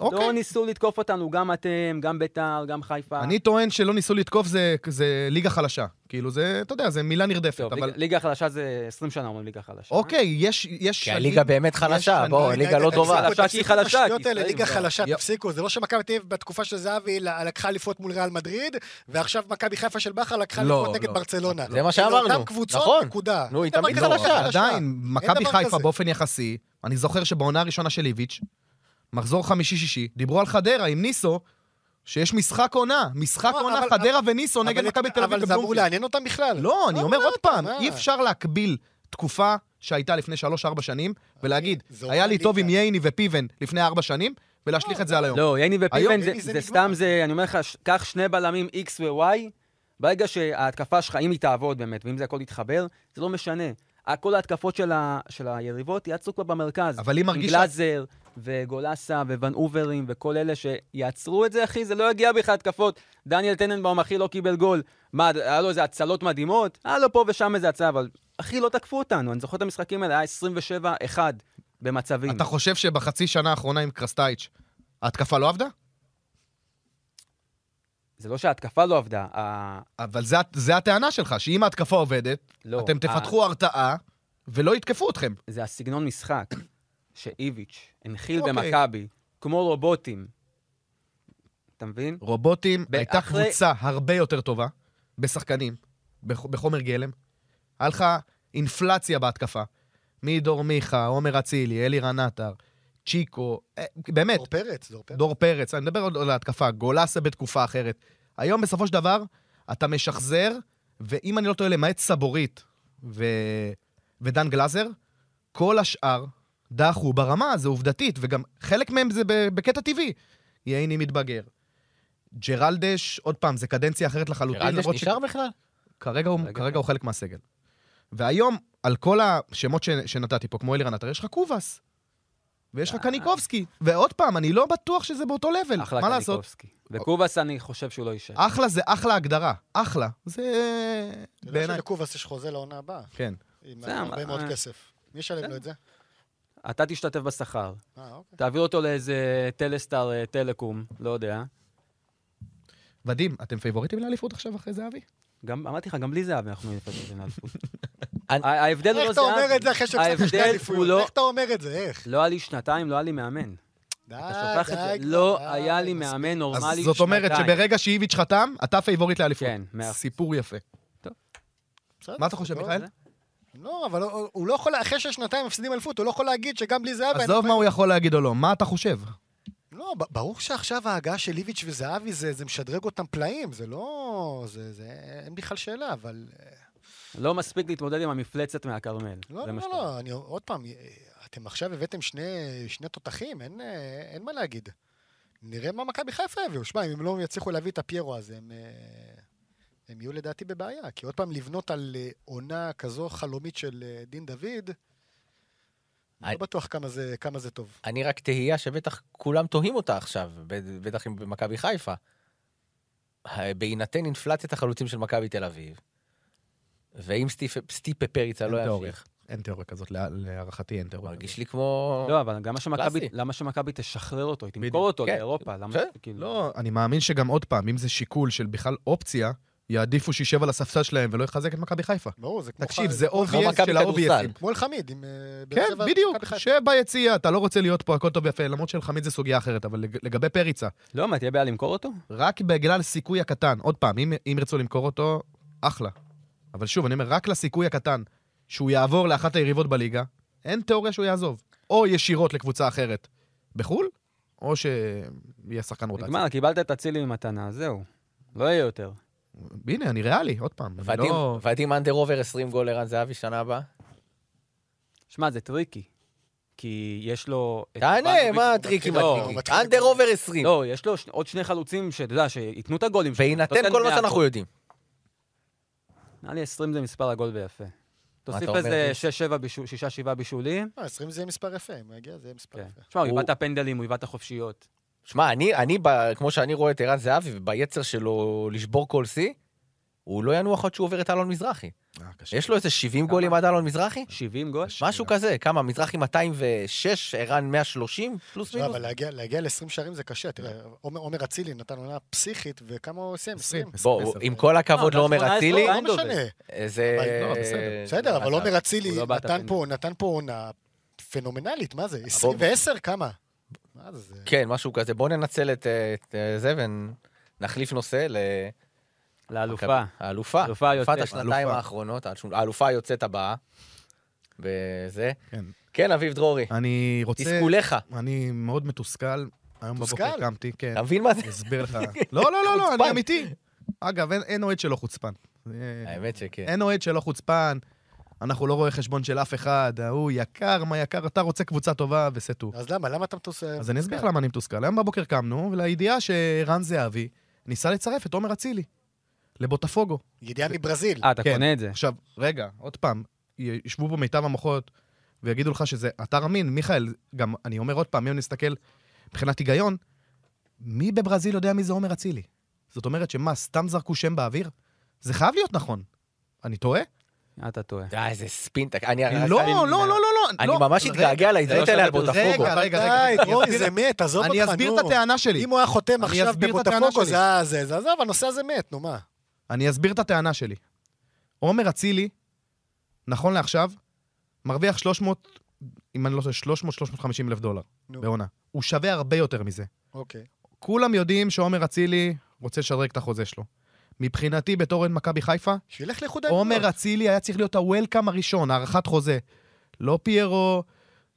F: לא
E: אוקיי.
F: ניסו לתקוף אותנו, גם אתם, גם ביתר, גם חיפה.
E: אני טוען שלא ניסו לתקוף, זה, זה ליגה חלשה. כאילו, זה, אתה יודע, זה מילה נרדפת,
F: טוב,
E: אבל...
F: ליגה- ליגה חלשה זה 20 שנה אומרים ליגה חלשה.
E: אוקיי, יש, יש
A: כי הליגה באמת חלשה,
E: שנים-
A: בואו,
D: רגע,
A: ליגה לא
D: רגע,
A: טובה.
D: תפסיקו,
F: חלשה
D: תפסיקו
F: כי חלשה,
D: אה, השטויות
F: כי
D: האלה, ליגה
F: ישראלים,
D: חלשה,
E: יופ.
D: תפסיקו. זה לא שמכבי תל אביב בתקופה של זהבי ל- לקחה אליפות מול ריאל מדריד, ועכשיו מכבי חיפה של בכר לקחה
E: לא,
D: אליפות נגד
E: לא.
D: ברצלונה.
A: זה מה
D: כאילו,
A: שאמרנו,
D: אותן קבוצות,
A: נכון.
D: נקודה.
A: נו, היא
D: אין דבר
A: תמיד
D: כזה
E: לא,
A: חלשה.
E: אבל עדיין, מכבי
D: דבר
E: חיפה
D: כזה.
E: באופן יחסי, אני זוכר שבעונה הראשונה של איביץ', מחזור חמישי-שישי, דיברו על חדרה עם ניסו, שיש משחק עונה, משחק
D: לא,
E: עונה
D: אבל-
E: חדרה וניסו נגד
D: אבל-
E: מכבי תל אביב
D: אבל זה אמור
E: בבלומפילד.
D: לעניין אותם בכלל.
E: לא, אני אומר עוד פעם,
D: מה?
E: אי אפשר להקביל תקופה שהייתה לפני 3-4 שנים, ולהגיד,
D: זה
E: היה לי
D: הוריד
E: טוב עם
D: ליגה."
E: ייני ופיבן לפני 4 שנים, ולהשליך את זה על היום.
F: לא, ייני
E: היום
F: ופיבן זה-
D: ייני זה
F: זה
D: נגמר.
F: סתם זה, אני אומר לך, ש- קח שני בלמים X ו-Y, ברגע שההתקפה שלך, אם היא תעבוד באמת, ואם זה הכל יתחבר, זה לא משנה. ה- כל ההתקפות של ה- של היריבות יעצרו כבר במרכז.
E: אבל היא
F: עם
E: מרגישה-
F: גלאזר וגולסה וון אוברים וכל אלה שיעצרו את זה, אחי, זה לא יגיע בכלל התקפות. דניאל טננבאום, אחי, לא קיבל גול. מה, היה לו איזה הצלות מדהימות? היה לו פה ושם איזה הצעה, אבל אחי, לא תקפו אותנו. אני זוכר את המשחקים האלה, היה 27-1 במצבים.
E: אתה חושב שבחצי שנה האחרונה עם קרסטייץ', ההתקפה לא עבדה?
F: זה לא שההתקפה לא עבדה, ה-
E: אבל זה- זה הטענה שלך, שאם ההתקפה עובדת,
F: לא,
E: אתם תפתחו הרתעה ולא יתקפו אתכם.
F: זה הסגנון משחק שאיביץ' הנחיל
E: אוקיי.
F: במכבי, כמו רובוטים. אתה מבין?
E: רובוטים,
F: ב-
E: הייתה
F: אחרי-
E: קבוצה הרבה יותר טובה בשחקנים, בח- בחומר גלם. היה לך אינפלציה בהתקפה. מדור מיכה, עומר אצילי, אלירן עטר, צ'יקו, אה, באמת,
D: לא. דור פרץ, דור פרץ.
E: דור פרץ, אני מדבר עוד על ההתקפה, גולסה בתקופה אחרת. היום בסופו של דבר, אתה משחזר, ואם אני לא טועה, למעט סבורית ו... ודן גלאזר, כל השאר דחו ברמה, זה עובדתית, וגם חלק מהם זה ב- בקטע טבעי. ייני מתבגר. ג'רלדש, עוד פעם, זה קדנציה אחרת לחלוטין,
A: גרנדש
E: למרות
A: נשאר בכלל?
E: כרגע הוא,
F: כרגע
E: כרגע
F: כן.
E: הוא חלק מהסגל. והיום, על כל השמות ש, שנתתי פה, כמו אלירן עטר, יש לך קובאס. ויש לך קניקובסקי. ועוד פעם, אני לא בטוח שזה באותו לבל.
F: אה. אחלה
E: מה לעשות? אה-
F: קניקובסקי. וקובאס, אני חושב שהוא לא יישאר.
E: אחלה זה אחלה הגדרה. אחלה. זה...
F: לא
D: אתה יודע
E: בעיניי.
D: שלקובאס יש חוזה לעונה הבאה,
E: כן.
D: עם
F: זה,
D: הרבה
F: אה,
D: מאוד
F: אה.
D: כסף. מי ישלם לו את זה?
F: אתה תשתתף בשכר,
D: אה, אוקיי.
F: תעביר אותו לאיזה טלסטאר אה, טלקום, לא יודע.
E: ודים, אתם פייבוריטים לאליפות עכשיו אחרי זהבי?
F: גם, אמרתי לך, גם בלי זהב אנחנו נפטרים לאליפות.
A: אני-
F: ה- ההבדל הוא
D: איך
F: לא
D: אתה
F: זהב.
D: אומר את זה אחרי שהפסקת שתי
F: ההבדל הוא
D: אליפויות?
F: לא...
D: איך אתה אומר את זה? איך?
F: לא היה לי שנתיים, לא היה לי מאמן.
D: די,
F: אתה שוכח את זה.
D: די,
F: לא
D: די,
F: היה לי
D: מספיק.
F: מאמן
E: אז
F: נורמלי
E: זאת אומרת
F: שנתיים.
E: שברגע שאיביץ' חתם, אתה פייבוריט לאליפות.
F: כן, מאה אחוז.
E: סיפור יפה.
D: בסדר,
E: מה אתה חושב,
D: טוב.
E: מיכאל?
D: לא, אבל הוא- הוא לא יכול, אחרי ששנתיים מפסידים אליפות, הוא לא יכול להגיד שגם בלי זהבי...
E: עזוב
D: אני-
E: מה הוא יכול להגיד או לא, מה אתה חושב?
D: לא, לא, ב- ברור שעכשיו ההגעה של איביץ' וזהבי זה, זה משדרג אותם פלאים, זה לא... זה, זה, אין בכלל שאלה, אבל... אה,
F: לא מספיק להתמודד עם המפלצת מהכרמל.
D: לא, לא,
F: זה מה
D: לא,
F: שאתה-
D: לא, אני עוד פעם, אה, אתם עכשיו הבאתם שני, שני תותחים, אין, אה, אין מה להגיד. נראה מה מכבי חיפה יביאו. שמע, אם הם לא יצליחו להביא את הפיירו הזה, הם, אה, הם יהיו לדעתי בבעיה. כי עוד פעם, לבנות על אה, עונה כזו חלומית של אה, דין דוד, אני
A: אני-
D: לא בטוח כמה זה, כמה זה טוב.
A: אני רק תהייה שבטח כולם תוהים אותה עכשיו, ב- בטח עם מכבי חיפה. ה- בהינתן אינפלציית החלוצים של מכבי תל אביב, ואם סטיפ- סטיפה פריצה
E: אין
A: לא
E: תיאוריה.
A: ימשיך,
E: אין תיאוריה כזאת, לה- להערכתי אין תיאוריה.
A: מרגיש
E: כזאת.
A: לי כמו...
F: לא, אבל גם מה שמכבי-
A: קלאסי.
F: למה שמכבי תשחרר אותו, היא
E: בדיוק,
F: תמכור אותו
A: כן.
F: לאירופה, למה...
A: בסדר,
F: כאילו-
E: לא, אני מאמין שגם עוד פעם, אם זה שיקול של בכלל אופציה, יעדיפו שישב על הספסל שלהם ולא יחזק את מכבי חיפה.
D: ברור, זה כמו
E: תקשיב,
D: ח-
E: זה
D: כמו-
A: כמו
E: אובייס
A: מכבי
E: של
A: כדורסל.
E: האובייסים.
D: כמו אלחמיד, עם... אה, באר
E: כן,
D: שבע,
E: בדיוק,
D: מכבי חיפה.
E: שביציע, אתה לא רוצה להיות פה, הכל טוב ויפה, למרות שלחמיד זה סוגיה אחרת, אבל לג- לגבי פריצה,
F: לא, מה, תהיה בעיה למכור אותו?
E: רק בגלל סיכוי הקטן, עוד פעם, אם, אם ירצו למכור אותו, אחלה. אבל שוב, אני אומר, רק לסיכוי הקטן שהוא יעבור לאחת היריבות בליגה, אין תיאוריה שהוא יעזוב. או ישירות לקבוצה אחרת בחו"ל, או שיהיה שחקן רוטציה.
F: נגמר, קיבלת את אצילי במתנה, זהו. לא יהיה יותר.
E: הנה, אני ריאלי, עוד פעם. אני
A: ועדים-
E: לא...
A: ועדים אנדר עובר 20 גול לרן זהבי שנה הבאה?
F: אה, שמע, זה טריקי. כי יש לו... את
A: תענה,
F: ivanovic,
A: מה
F: הוא
A: הטריקים
F: מתחיל- לא,
A: הטריקים?
D: הוא מתחיל
A: אנדר
D: לקרוא.
A: עובר 20.
F: לא, יש לו ש- עוד שני חלוצים שאתה יודע, שייתנו את הגולים. שלו.
A: בהינתן
F: נותן
A: כל מה
F: 100
A: שאנחנו
F: גול.
A: יודעים.
F: נראה לי 20 זה מספר עגול ויפה. תוסיף
A: אומר,
F: איזה
A: ריס?
F: 6-7 בישולים.
D: אה, 20 זה יהיה מספר יפה, אם הוא יגיע זה יהיה מספר
F: כן.
D: יפה.
F: תשמע, הוא
A: הוא-
F: היווה את הפנדלים, הוא היווה את החופשיות.
A: שמע, אני, אני ב, כמו שאני רואה את ערן זהבי, וביצר שלו לשבור כל שיא, הוא לא ינוח עד שהוא עובר את אלון מזרחי.
E: אה, קשה.
A: יש לו איזה 70
F: כמה?
A: גולים עד אלון מזרחי?
F: 70 גול?
A: משהו כזה, כמה, מזרחי 206, ערן 130, פלוס
D: לא,
A: מינוס.
D: אבל להגיע, להגיע ל-20 שערים זה קשה. תראה, עומר, עומר אצילי נתן עונה פסיכית, וכמה הוא סיים?
E: 20.
D: 20.
A: בואו, עם כל הכבוד
F: אה,
A: לעומר
F: 18,
A: אצילי,
F: אה,
D: לא משנה.
A: זה...
D: אבל
E: לא, בסדר.
D: בסדר, אבל
A: אה,
D: עומר אצילי
F: הוא לא בעט
D: נתן
F: הפנדל.
D: פה- נתן פה עונה פנומנלית, מה זה? 20 ו-10? כמה? מה זה? זה-
A: כן, משהו כזה. בואו ננצל את אה, את, אה, זה ונחליף נושא ל...
F: לאלופה. אה,
A: האלופה.
F: האלופה היוצאת.
A: אלופת השנתיים
E: האלופה.
A: האחרונות, האלופה היוצאת הבאה. בזה.
E: כן.
A: כן, אביב דרורי,
E: אני רוצה...
A: תסכוליך.
E: אני מאוד מתוסכל. היום בבוקר
D: מתוסכל?
E: קמתי, כן.
A: אתה מבין מה זה?
E: אני אסביר לך. לא, לא, לא, לא,
A: חוצפן.
E: אני אמיתי. אגב, אין- אין אוהד שלא חוצפן. אה,
A: האמת כן. שכן.
E: אין אוהד שלא חוצפן, אנחנו לא רואה חשבון של אף אחד, ההוא יקר, מה יקר, אתה רוצה קבוצה טובה וסטו.
D: אז למה? למה אתה מטוס...
A: כן,
E: אז אני אסביר למה אני מתוסכל. היום בבוקר קמנו, ולידיעה שרן זהבי ניסה לצרף את עומר אצילי לבוטפוגו.
D: ידיעה מברזיל.
F: אה, אתה
E: כן.
F: קונה את זה.
E: עכשיו, רגע, עוד פעם, י- ישבו פה מיטב המוחות ויגידו לך שזה אתר אמין. מיכאל, גם אני אומר עוד פעם, אם נסתכל מבחינת היגיון, מי בברזיל יודע מי זה עומר אצילי? זאת אומרת שמה, סתם זרקו שם באוויר? זה חייב להיות נכון. אני טועה?
F: אה, אתה טועה.
A: די, איזה ספין. תק-
D: אה,
A: אני...
E: לא, לא, לא, לא, לא.
A: אני
E: לא.
A: ממש
E: רגע,
A: התגעגע
F: זה לא
A: לעדות
F: שווה
A: האלה על
F: בריאות.
A: בוטפוגו.
E: רגע, רגע, רגע,
D: די,
E: אני
D: דורי,
E: אסביר-
D: זה מת, עזוב אותך, נו.
E: אני אסביר את הטענה שלי.
D: אם הוא היה חותם
E: אני
D: עכשיו
E: אסביר את הטענה
D: בבוטפוגו,
E: שלי.
D: זה היה זה, זה עזוב, הנושא הזה מת, נו מה.
E: אני אסביר את הטענה שלי. עומר אצילי, נכון לעכשיו, מרוויח 300, אם אני לא טועה, 300-350 אלף דולר
D: נו.
E: בעונה. הוא שווה הרבה יותר מזה.
D: אוקיי.
E: כולם יודעים שעומר אצילי רוצה לשדרג את החוזה שלו. מבחינתי, בתור אוהד מכבי חיפה,
D: שילך לאיחוד האמירויות.
E: עומר אצילי היה צריך להיות הוולקאם הראשון, הארכת חוזה. לא פיירו,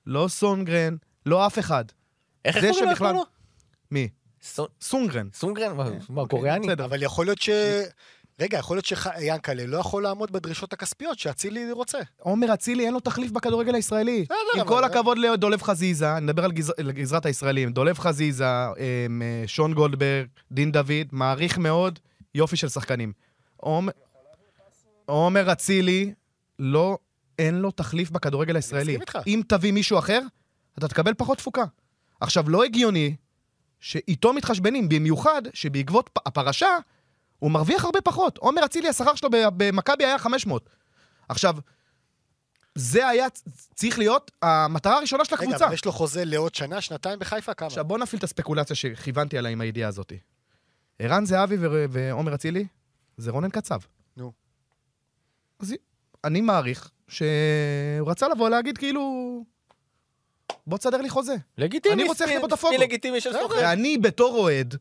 E: לא סונגרן, לא אף אחד.
A: איך
E: זה
A: קוראים לו? איך
E: שבכלל-
A: קוראים לו?
E: מי?
A: סונ-
E: סונגרן.
A: סונגרן? מה, מה, קוריאני?
E: כן. בסדר.
D: אבל יכול להיות ש... רגע, יכול להיות שיאנקל'ה לא יכול לעמוד בדרישות הכספיות שאצילי רוצה.
E: עומר אצילי אין לו תחליף בכדורגל הישראלי.
D: בסדר,
E: עם
D: אבל-
E: כל הכבוד לדולב חזיזה, אני מדבר על גז- על גזרת הישראלים, דולב חזיזה, אמ, אה, שון גולדברג, דין דוד, מעריך מאוד, יופי של שחקנים. עומ- עומר אצילי, לא, אין לו תחליף בכדורגל הישראלי.
D: מסכים איתך.
E: אם תביא מישהו אחר, אתה תקבל פחות תפוקה. עכשיו, לא הגיוני שאיתו מתחשבנים, במיוחד שבעקבות פ- הפרשה, הוא מרוויח הרבה פחות. עומר אצילי, השכר שלו ב- במכבי היה 500. עכשיו, זה היה צ- צריך להיות המטרה הראשונה של
D: רגע,
E: הקבוצה.
D: אבל יש לו חוזה לעוד שנה, שנתיים בחיפה, כמה?
E: עכשיו, בוא נפעיל את הספקולציה שכיוונתי עליה עם הידיעה הזאת. ערן זהבי ו- ועומר אצילי, זה רונן קצב.
D: נו.
E: אז אני מעריך שהוא רצה לבוא להגיד כאילו, בוא תסדר לי חוזה.
A: לגיטימי.
E: אני רוצה
A: ספין-
E: ללכת לבוטפוגו.
A: ספין לגיטימי של סוכן.
E: ואני בתור אוהד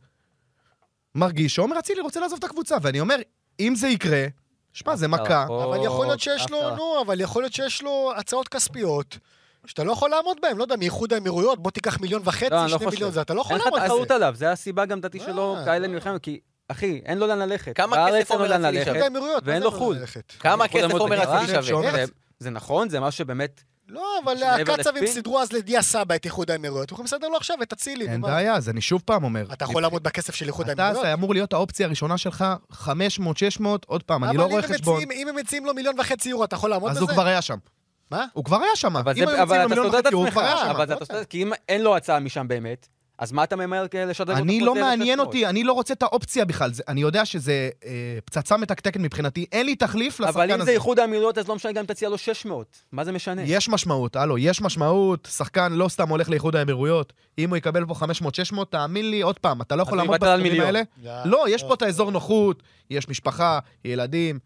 E: מרגיש שעומר אצילי רוצה לעזוב את הקבוצה, ואני אומר, אם זה יקרה, שמע, זה מכה.
D: אבל יכול להיות שיש
F: אף אחד.
D: לו, נו, אבל יכול להיות שיש לו הצעות כספיות, שאתה לא יכול לעמוד בהם, לא יודע, מאיחוד האמירויות, בוא תיקח מיליון וחצי,
F: לא, אני לא
D: שני מיליון,
F: חושב.
D: זה אתה לא יכול
A: נכון,
F: אין לך
D: לעמוד
F: תחרות
D: בזה.
F: עליו, זה הסיבה גם דעתי שלא
D: אה,
F: כאלה נלחמים, כי, אחי, אין לו לאן ללכת.
A: לא. כמה
F: בארץ
A: כסף
F: אין לו
A: עומר
F: לאן
A: אצילי שווה?
D: איחוד
F: ללכת.
D: האמירויות,
F: ואין
D: מה
F: לו
D: זה
F: חול.
D: ללכת?
A: כמה
F: יכול
A: כסף
F: לעמוד
A: עומר
F: בגרעין,
A: אצילי שווה?
D: שומר.
F: זה- זה נכון, זה משהו שבאמת...
D: לא, אבל
F: שמעבר
D: הקצבים
F: לספין?
D: סידרו אז לדיה סבא את איחוד האמירויות, יכולים לסדר לו עכשיו את אצילי.
E: אין
D: נו, מה?
E: בעיה, אז אני שוב פעם אומר.
D: אתה יכול לעמוד בכסף של איחוד
E: אתה
D: האמירויות?
E: זה אמור להיות האופציה הראשונה שלך, 500-600, עוד פעם, אני
D: אבל
E: לא
D: אם
E: רואה
D: הם
E: חשבון,
D: מציעים- אם הם מציעים לו מיליון וחצי יורו, אתה יכול לעמוד
E: אז
D: בזה?
E: הוא כבר היה שם.
D: מה?
E: הוא כבר היה שם.
F: אבל
E: אם
F: זה-
E: היו
F: אבל
E: מציעים
F: אתה
E: לו מיליון
F: סותר את
E: וחצי, הוא
F: עצמך,
E: כבר נכון? היה שם.
F: אבל אתה סותר, כי אם אין לו הצעה משם באמת, אז מה אתה ממהר כאלה לשדרג אותו?
E: אני
F: כמו
E: לא
F: זה
E: מעניין
F: ל-600?
E: אותי, אני לא רוצה את האופציה בכלל. זה- אני יודע שזה אה, פצצה מתקתקת מבחינתי, אין לי תחליף
F: אבל
E: לשחקן
F: אם זה
E: הזה.
F: איחוד האמירויות, אז לא משנה גם אם תציע לו 600. מה זה משנה?
E: יש משמעות, הלו, יש משמעות. שחקן לא סתם הולך לאיחוד האמירויות. אם הוא יקבל פה 500-600, תאמין לי, עוד פעם, אתה לא יכול
F: אז הוא
E: לעמוד
F: יוותר על
E: בסכומים
F: מיליון.
E: האלה.
D: לא,
E: לא, יש פה את האזור נחות, יש משפחה, ילדים.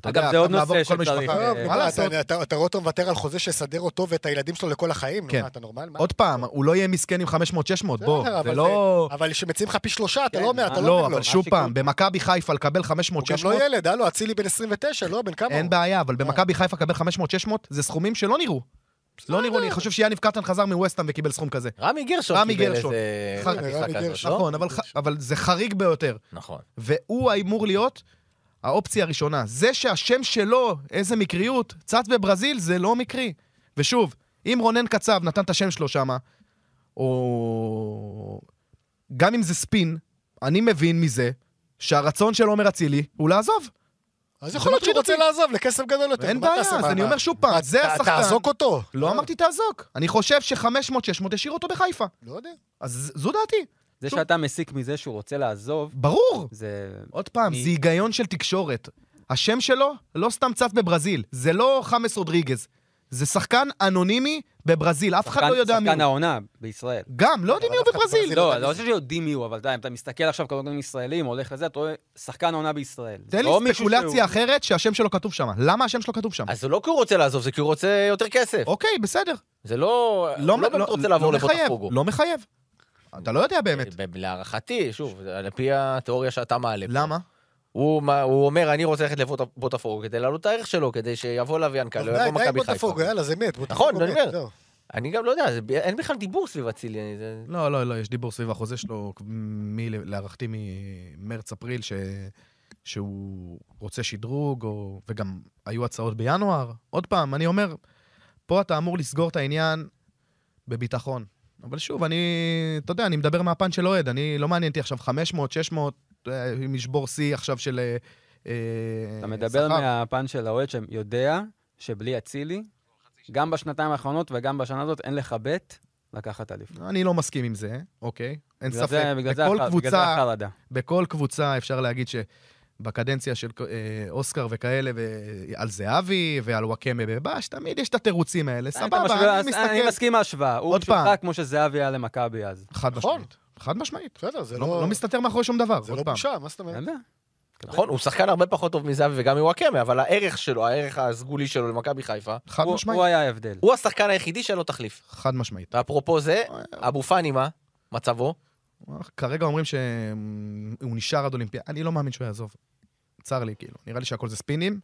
E: אתה
F: אגב,
E: יודע,
F: זה עוד
E: גם לעבור
F: נושא
E: כל
F: שצריך,
E: משפחה.
F: אה,
D: טוב,
E: מה
D: אתה-
E: לעשות?
D: אתה- אתה רואה אותו מוותר על חוזה שיסדר אותו ואת הילדים שלו לכל החיים? נו,
E: כן.
D: מה, אתה נורמל? מה?
E: עוד פעם, הוא לא יהיה מסכן עם 500-600, בוא,
D: בסדר, אבל
E: זה לא...
D: זה- אבל כשמציעים לך פי שלושה, אתה
F: כן,
D: לא אומר,
F: מה,
D: אתה לא
E: לא,
D: אומר לו.
E: אבל שוב
F: שיקול.
E: פעם, במכבי חיפה לקבל 500-600,
D: הוא גם לא ילד, הלו, אצילי בן 29, לא, בן כמה
E: אין
D: הוא?
E: בעיה, אבל במכבי חיפה לקבל 500-600, זה סכומים שלא נראו. לא נראו, אני חושב שיאניב קטן חזר מווסטהאם וקיבל סכום כזה.
A: רמי גרשון
E: רמי
A: קיבל
E: גרשון.
A: איזה
E: חג-
A: חתיכה
D: רמי
A: כזאת,
D: גרשון.
A: לא?
E: נכון, אבל ח- אבל זה חריג ביותר.
A: נכון.
E: והוא אמור להיות האופציה הראשונה. זה שהשם שלו, איזה מקריות, צץ בברזיל, זה לא מקרי. ושוב, אם רונן קצב נתן את השם שלו שמה, או... גם אם זה ספין, אני מבין מזה שהרצון של עומר אצילי הוא לעזוב.
D: אז
E: זה
D: יכול להיות
E: מטריד
D: שהוא רוצה
E: אותי.
D: לעזוב לכסף גדול יותר.
E: אין
D: מה
E: בעיה,
D: תעשה?
E: אז
D: מה-
E: אני
D: מה-
E: אומר שוב פעם, זה
D: ת-
E: השחקן.
D: תעזוק אותו.
E: לא אמרתי תעזוק. אני חושב ש-500-600 השאיר אותו בחיפה.
D: לא יודע.
E: אז זו דעתי.
F: זה
E: שוב.
F: שאתה מסיק מזה שהוא רוצה לעזוב,
E: ברור.
F: זה...
E: עוד פעם,
F: מי-
E: זה היגיון של תקשורת. השם שלו לא סתם צף בברזיל, זה לא חמאס רודריגז. זה שחקן אנונימי בברזיל, אף אחד לא יודע מי
F: שחקן
E: הוא.
F: העונה בישראל.
E: גם, לא יודעים מי הוא
D: אף אחד
E: בברזיל.
D: בברזיל
E: לא.
F: לא, אני לא חושב שיודעים מי הוא, אבל די, אם אתה מסתכל עכשיו כל מיני ישראלים, הולך לזה, אתה רואה שחקן העונה בישראל. זה
E: תן
F: לא
E: לי
F: מישהו
E: ספקולציה
F: שהוא-
E: אחרת שהשם שלו כתוב שם. למה השם שלו כתוב שם?
A: אז זה לא כי הוא רוצה לעזוב, זה כי הוא רוצה יותר כסף.
E: אוקיי, בסדר.
F: אה,
A: זה לא...
E: לא
A: הוא לא
E: לא-
A: באמת רוצה
E: לא
A: לעבור
E: מחייב,
A: לבוטפוגו.
E: לא מחייב. אתה לא יודע
F: אה,
E: באמת.
A: ב- להערכתי, שוב, לפי התיאוריה שאתה מעלה. פה.
E: למה?
A: הוא מה- הוא אומר, אני רוצה ללכת לבוטפוגו כדי להעלות את הערך שלו, כדי שיבוא לוויין כאן,
D: די,
A: לא יבוא
D: די,
A: מכבי חיפה.
D: בוטפוגו, יאללה, זה מת. בוטפוגו
A: נכון, אני
D: מת,
A: אומר.
D: זהו.
A: אני גם לא יודע, זה ב- אין בכלל דיבור סביב אצילי. אני- זה-
E: לא, לא, לא, יש דיבור סביב החוזה שלו, מי, להערכתי ממרץ-אפריל, ש... שהוא רוצה שדרוג, או... וגם היו הצעות בינואר. עוד פעם, אני אומר, פה אתה אמור לסגור את העניין בביטחון. אבל שוב, אני, אתה יודע, אני מדבר מהפן של אוהד, אני לא מעניין אותי עכשיו 500, 600, אה, אם ישבור שיא עכשיו של אה, אה,
F: אתה מדבר מהפן של האוהד שיודע שבלי אצילי, גם בשנתיים האחרונות וגם בשנה הזאת, אין לך בית לקחת אליפות.
E: אני לא מסכים עם זה, אוקיי? אין
F: בגלל
E: ספק.
F: זה- בגלל זה
E: בכל
F: הח- בגלל זה
E: קבוצה-
F: החרדה.
E: בכל קבוצה אפשר להגיד שבקדנציה של אה, אוסקר וכאלה, ועל זהבי ועל וואקמה בבאש, תמיד יש את התירוצים האלה.
F: אה, אתה
E: סבבה, אני
F: משווה- אני
E: מסתכל.
F: מסכים מההשוואה. הוא
E: עוד
F: פשוט
E: פעם.
F: רק כמו שזהבי היה למכבי אז.
E: חד
D: נכון.
E: משמעית. חד משמעית.
D: בסדר, זה
E: לא לא
D: לא...
E: מסתתר מאחורי שום דבר,
D: זה
E: עוד
D: לא
E: פעם.
D: בושה, מה זאת אומרת?
F: אין בעיה.
A: נכון, הוא שחקן הרבה פחות טוב מזהבי וגם מוואקמה, אבל הערך שלו, הערך הסגולי שלו למכבי חיפה,
E: חד
F: הוא-
E: משמעית.
F: הוא היה ההבדל.
A: הוא השחקן היחידי שאין לו תחליף.
E: חד משמעית.
A: ואפרופו זה, אבו פאני מה? מצבו?
E: כרגע אומרים שהוא נשאר עד אולימפיאדה. אני לא מאמין שהוא יעזוב. צר לי, כאילו. נראה לי שהכל זה ספינים.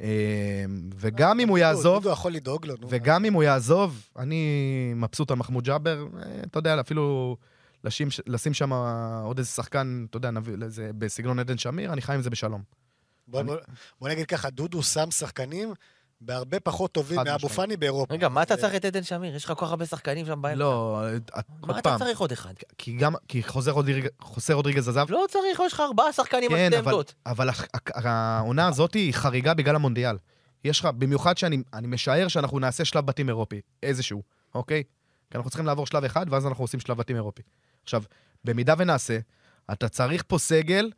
E: אה, וגם אם הוא
D: לא,
E: יעזוב,
D: דודו יכול לדאוג
A: לא
D: לו, נו.
E: וגם אם הוא יעזוב, אני מבסוט על מחמוד ג'אבר, אה, אתה יודע, אפילו לשים, לשים שם עוד איזה שחקן, אתה יודע, נביא, איזה, בסגנון עדן שמיר, אני חי עם זה בשלום.
D: בוא-
E: אני-
D: בוא- בוא נגיד ככה, דודו שם שחקנים בהרבה פחות טובים
E: חד
D: מאבו
E: משמעית.
D: פאני באירופה.
A: רגע, מה אתה
D: זה-
A: צריך את עדן שמיר? יש לך כל כך הרבה שחקנים שם באמצע.
E: לא, אה,
A: מה
E: עוד
A: אתה
E: פעם,
A: צריך עוד אחד?
E: כי גם, כי חוזר רודריג- חוסר רודריגז עזב,
A: לא צריך, יש לך ארבעה שחקנים על
E: כן,
A: שתי
E: אבל,
A: עמדות.
E: אבל הח- הק- העונה הזאת היא חריגה בגלל המונדיאל. יש לך, במיוחד שאני אני משער שאנחנו נעשה שלב בתים אירופי, איזשהו, אוקיי? כי אנחנו צריכים לעבור שלב אחד, ואז אנחנו עושים שלב בתים אירופי. עכשיו, במידה ונעשה, אתה צריך פה סגל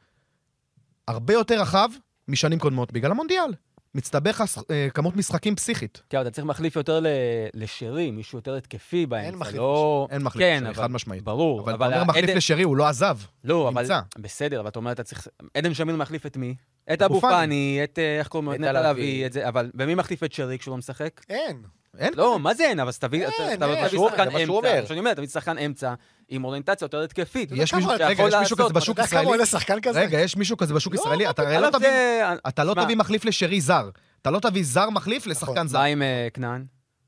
E: הרבה יותר רחב משנים קודמות, בגלל המונדיאל. מצטבר לך ס- אה, כמות משחקים פסיכית.
F: כן, אבל אתה צריך מחליף יותר ל- לשרי, מישהו יותר התקפי באמצע.
D: מחליף
F: לא...
E: אין מחליף
F: כן,
E: לשרי,
F: אבל-
E: חד משמעית.
F: ברור.
E: אבל אתה אומר
F: ה-
E: מחליף
F: עדן-
E: לשרי, הוא לא עזב.
F: לא, אבל...
E: נמצא.
F: בסדר, אבל אתה אומר, אתה צריך... עדן שמיר מחליף את מי? את אבו
E: אבו פאני.
F: פאני, את... אה, איך קוראים לו?
A: את
F: את נטע
A: לביא.
F: לביא, את זה... אבל במי מחליף את שרי כשהוא לא משחק?
D: אין.
E: אין.
F: לא, מה זה אין? אבל אז תביא... אתה-
D: אין,
F: אתה
D: אין,
F: תביא
D: זה מה שהוא
F: שחקן
A: אומר, זה מה שהוא
F: אמצע.
A: אומר.
F: זה מה שאני אומר, אתה תביא שחקן אמצע עם אוריינטציה יותר התקפית.
E: יש
D: כמה-
E: מישהו,
D: אתה
E: רגע,
F: יכול
E: יש מישהו כזה
F: לעשות,
E: בשוק
D: אתה יודע כמה
E: ישראלי?
D: עולה שחקן כזה?
E: רגע, יש מישהו כזה בשוק ישראלי? אתה הרי לא
F: עליו
E: תביא...
F: זה-
D: אה,
E: אתה לא
F: שמע, נכון.
E: תביא מחליף לשרי זר. אתה לא תביא זר מחליף לשחקן זר.
F: מה עם אה, כנען?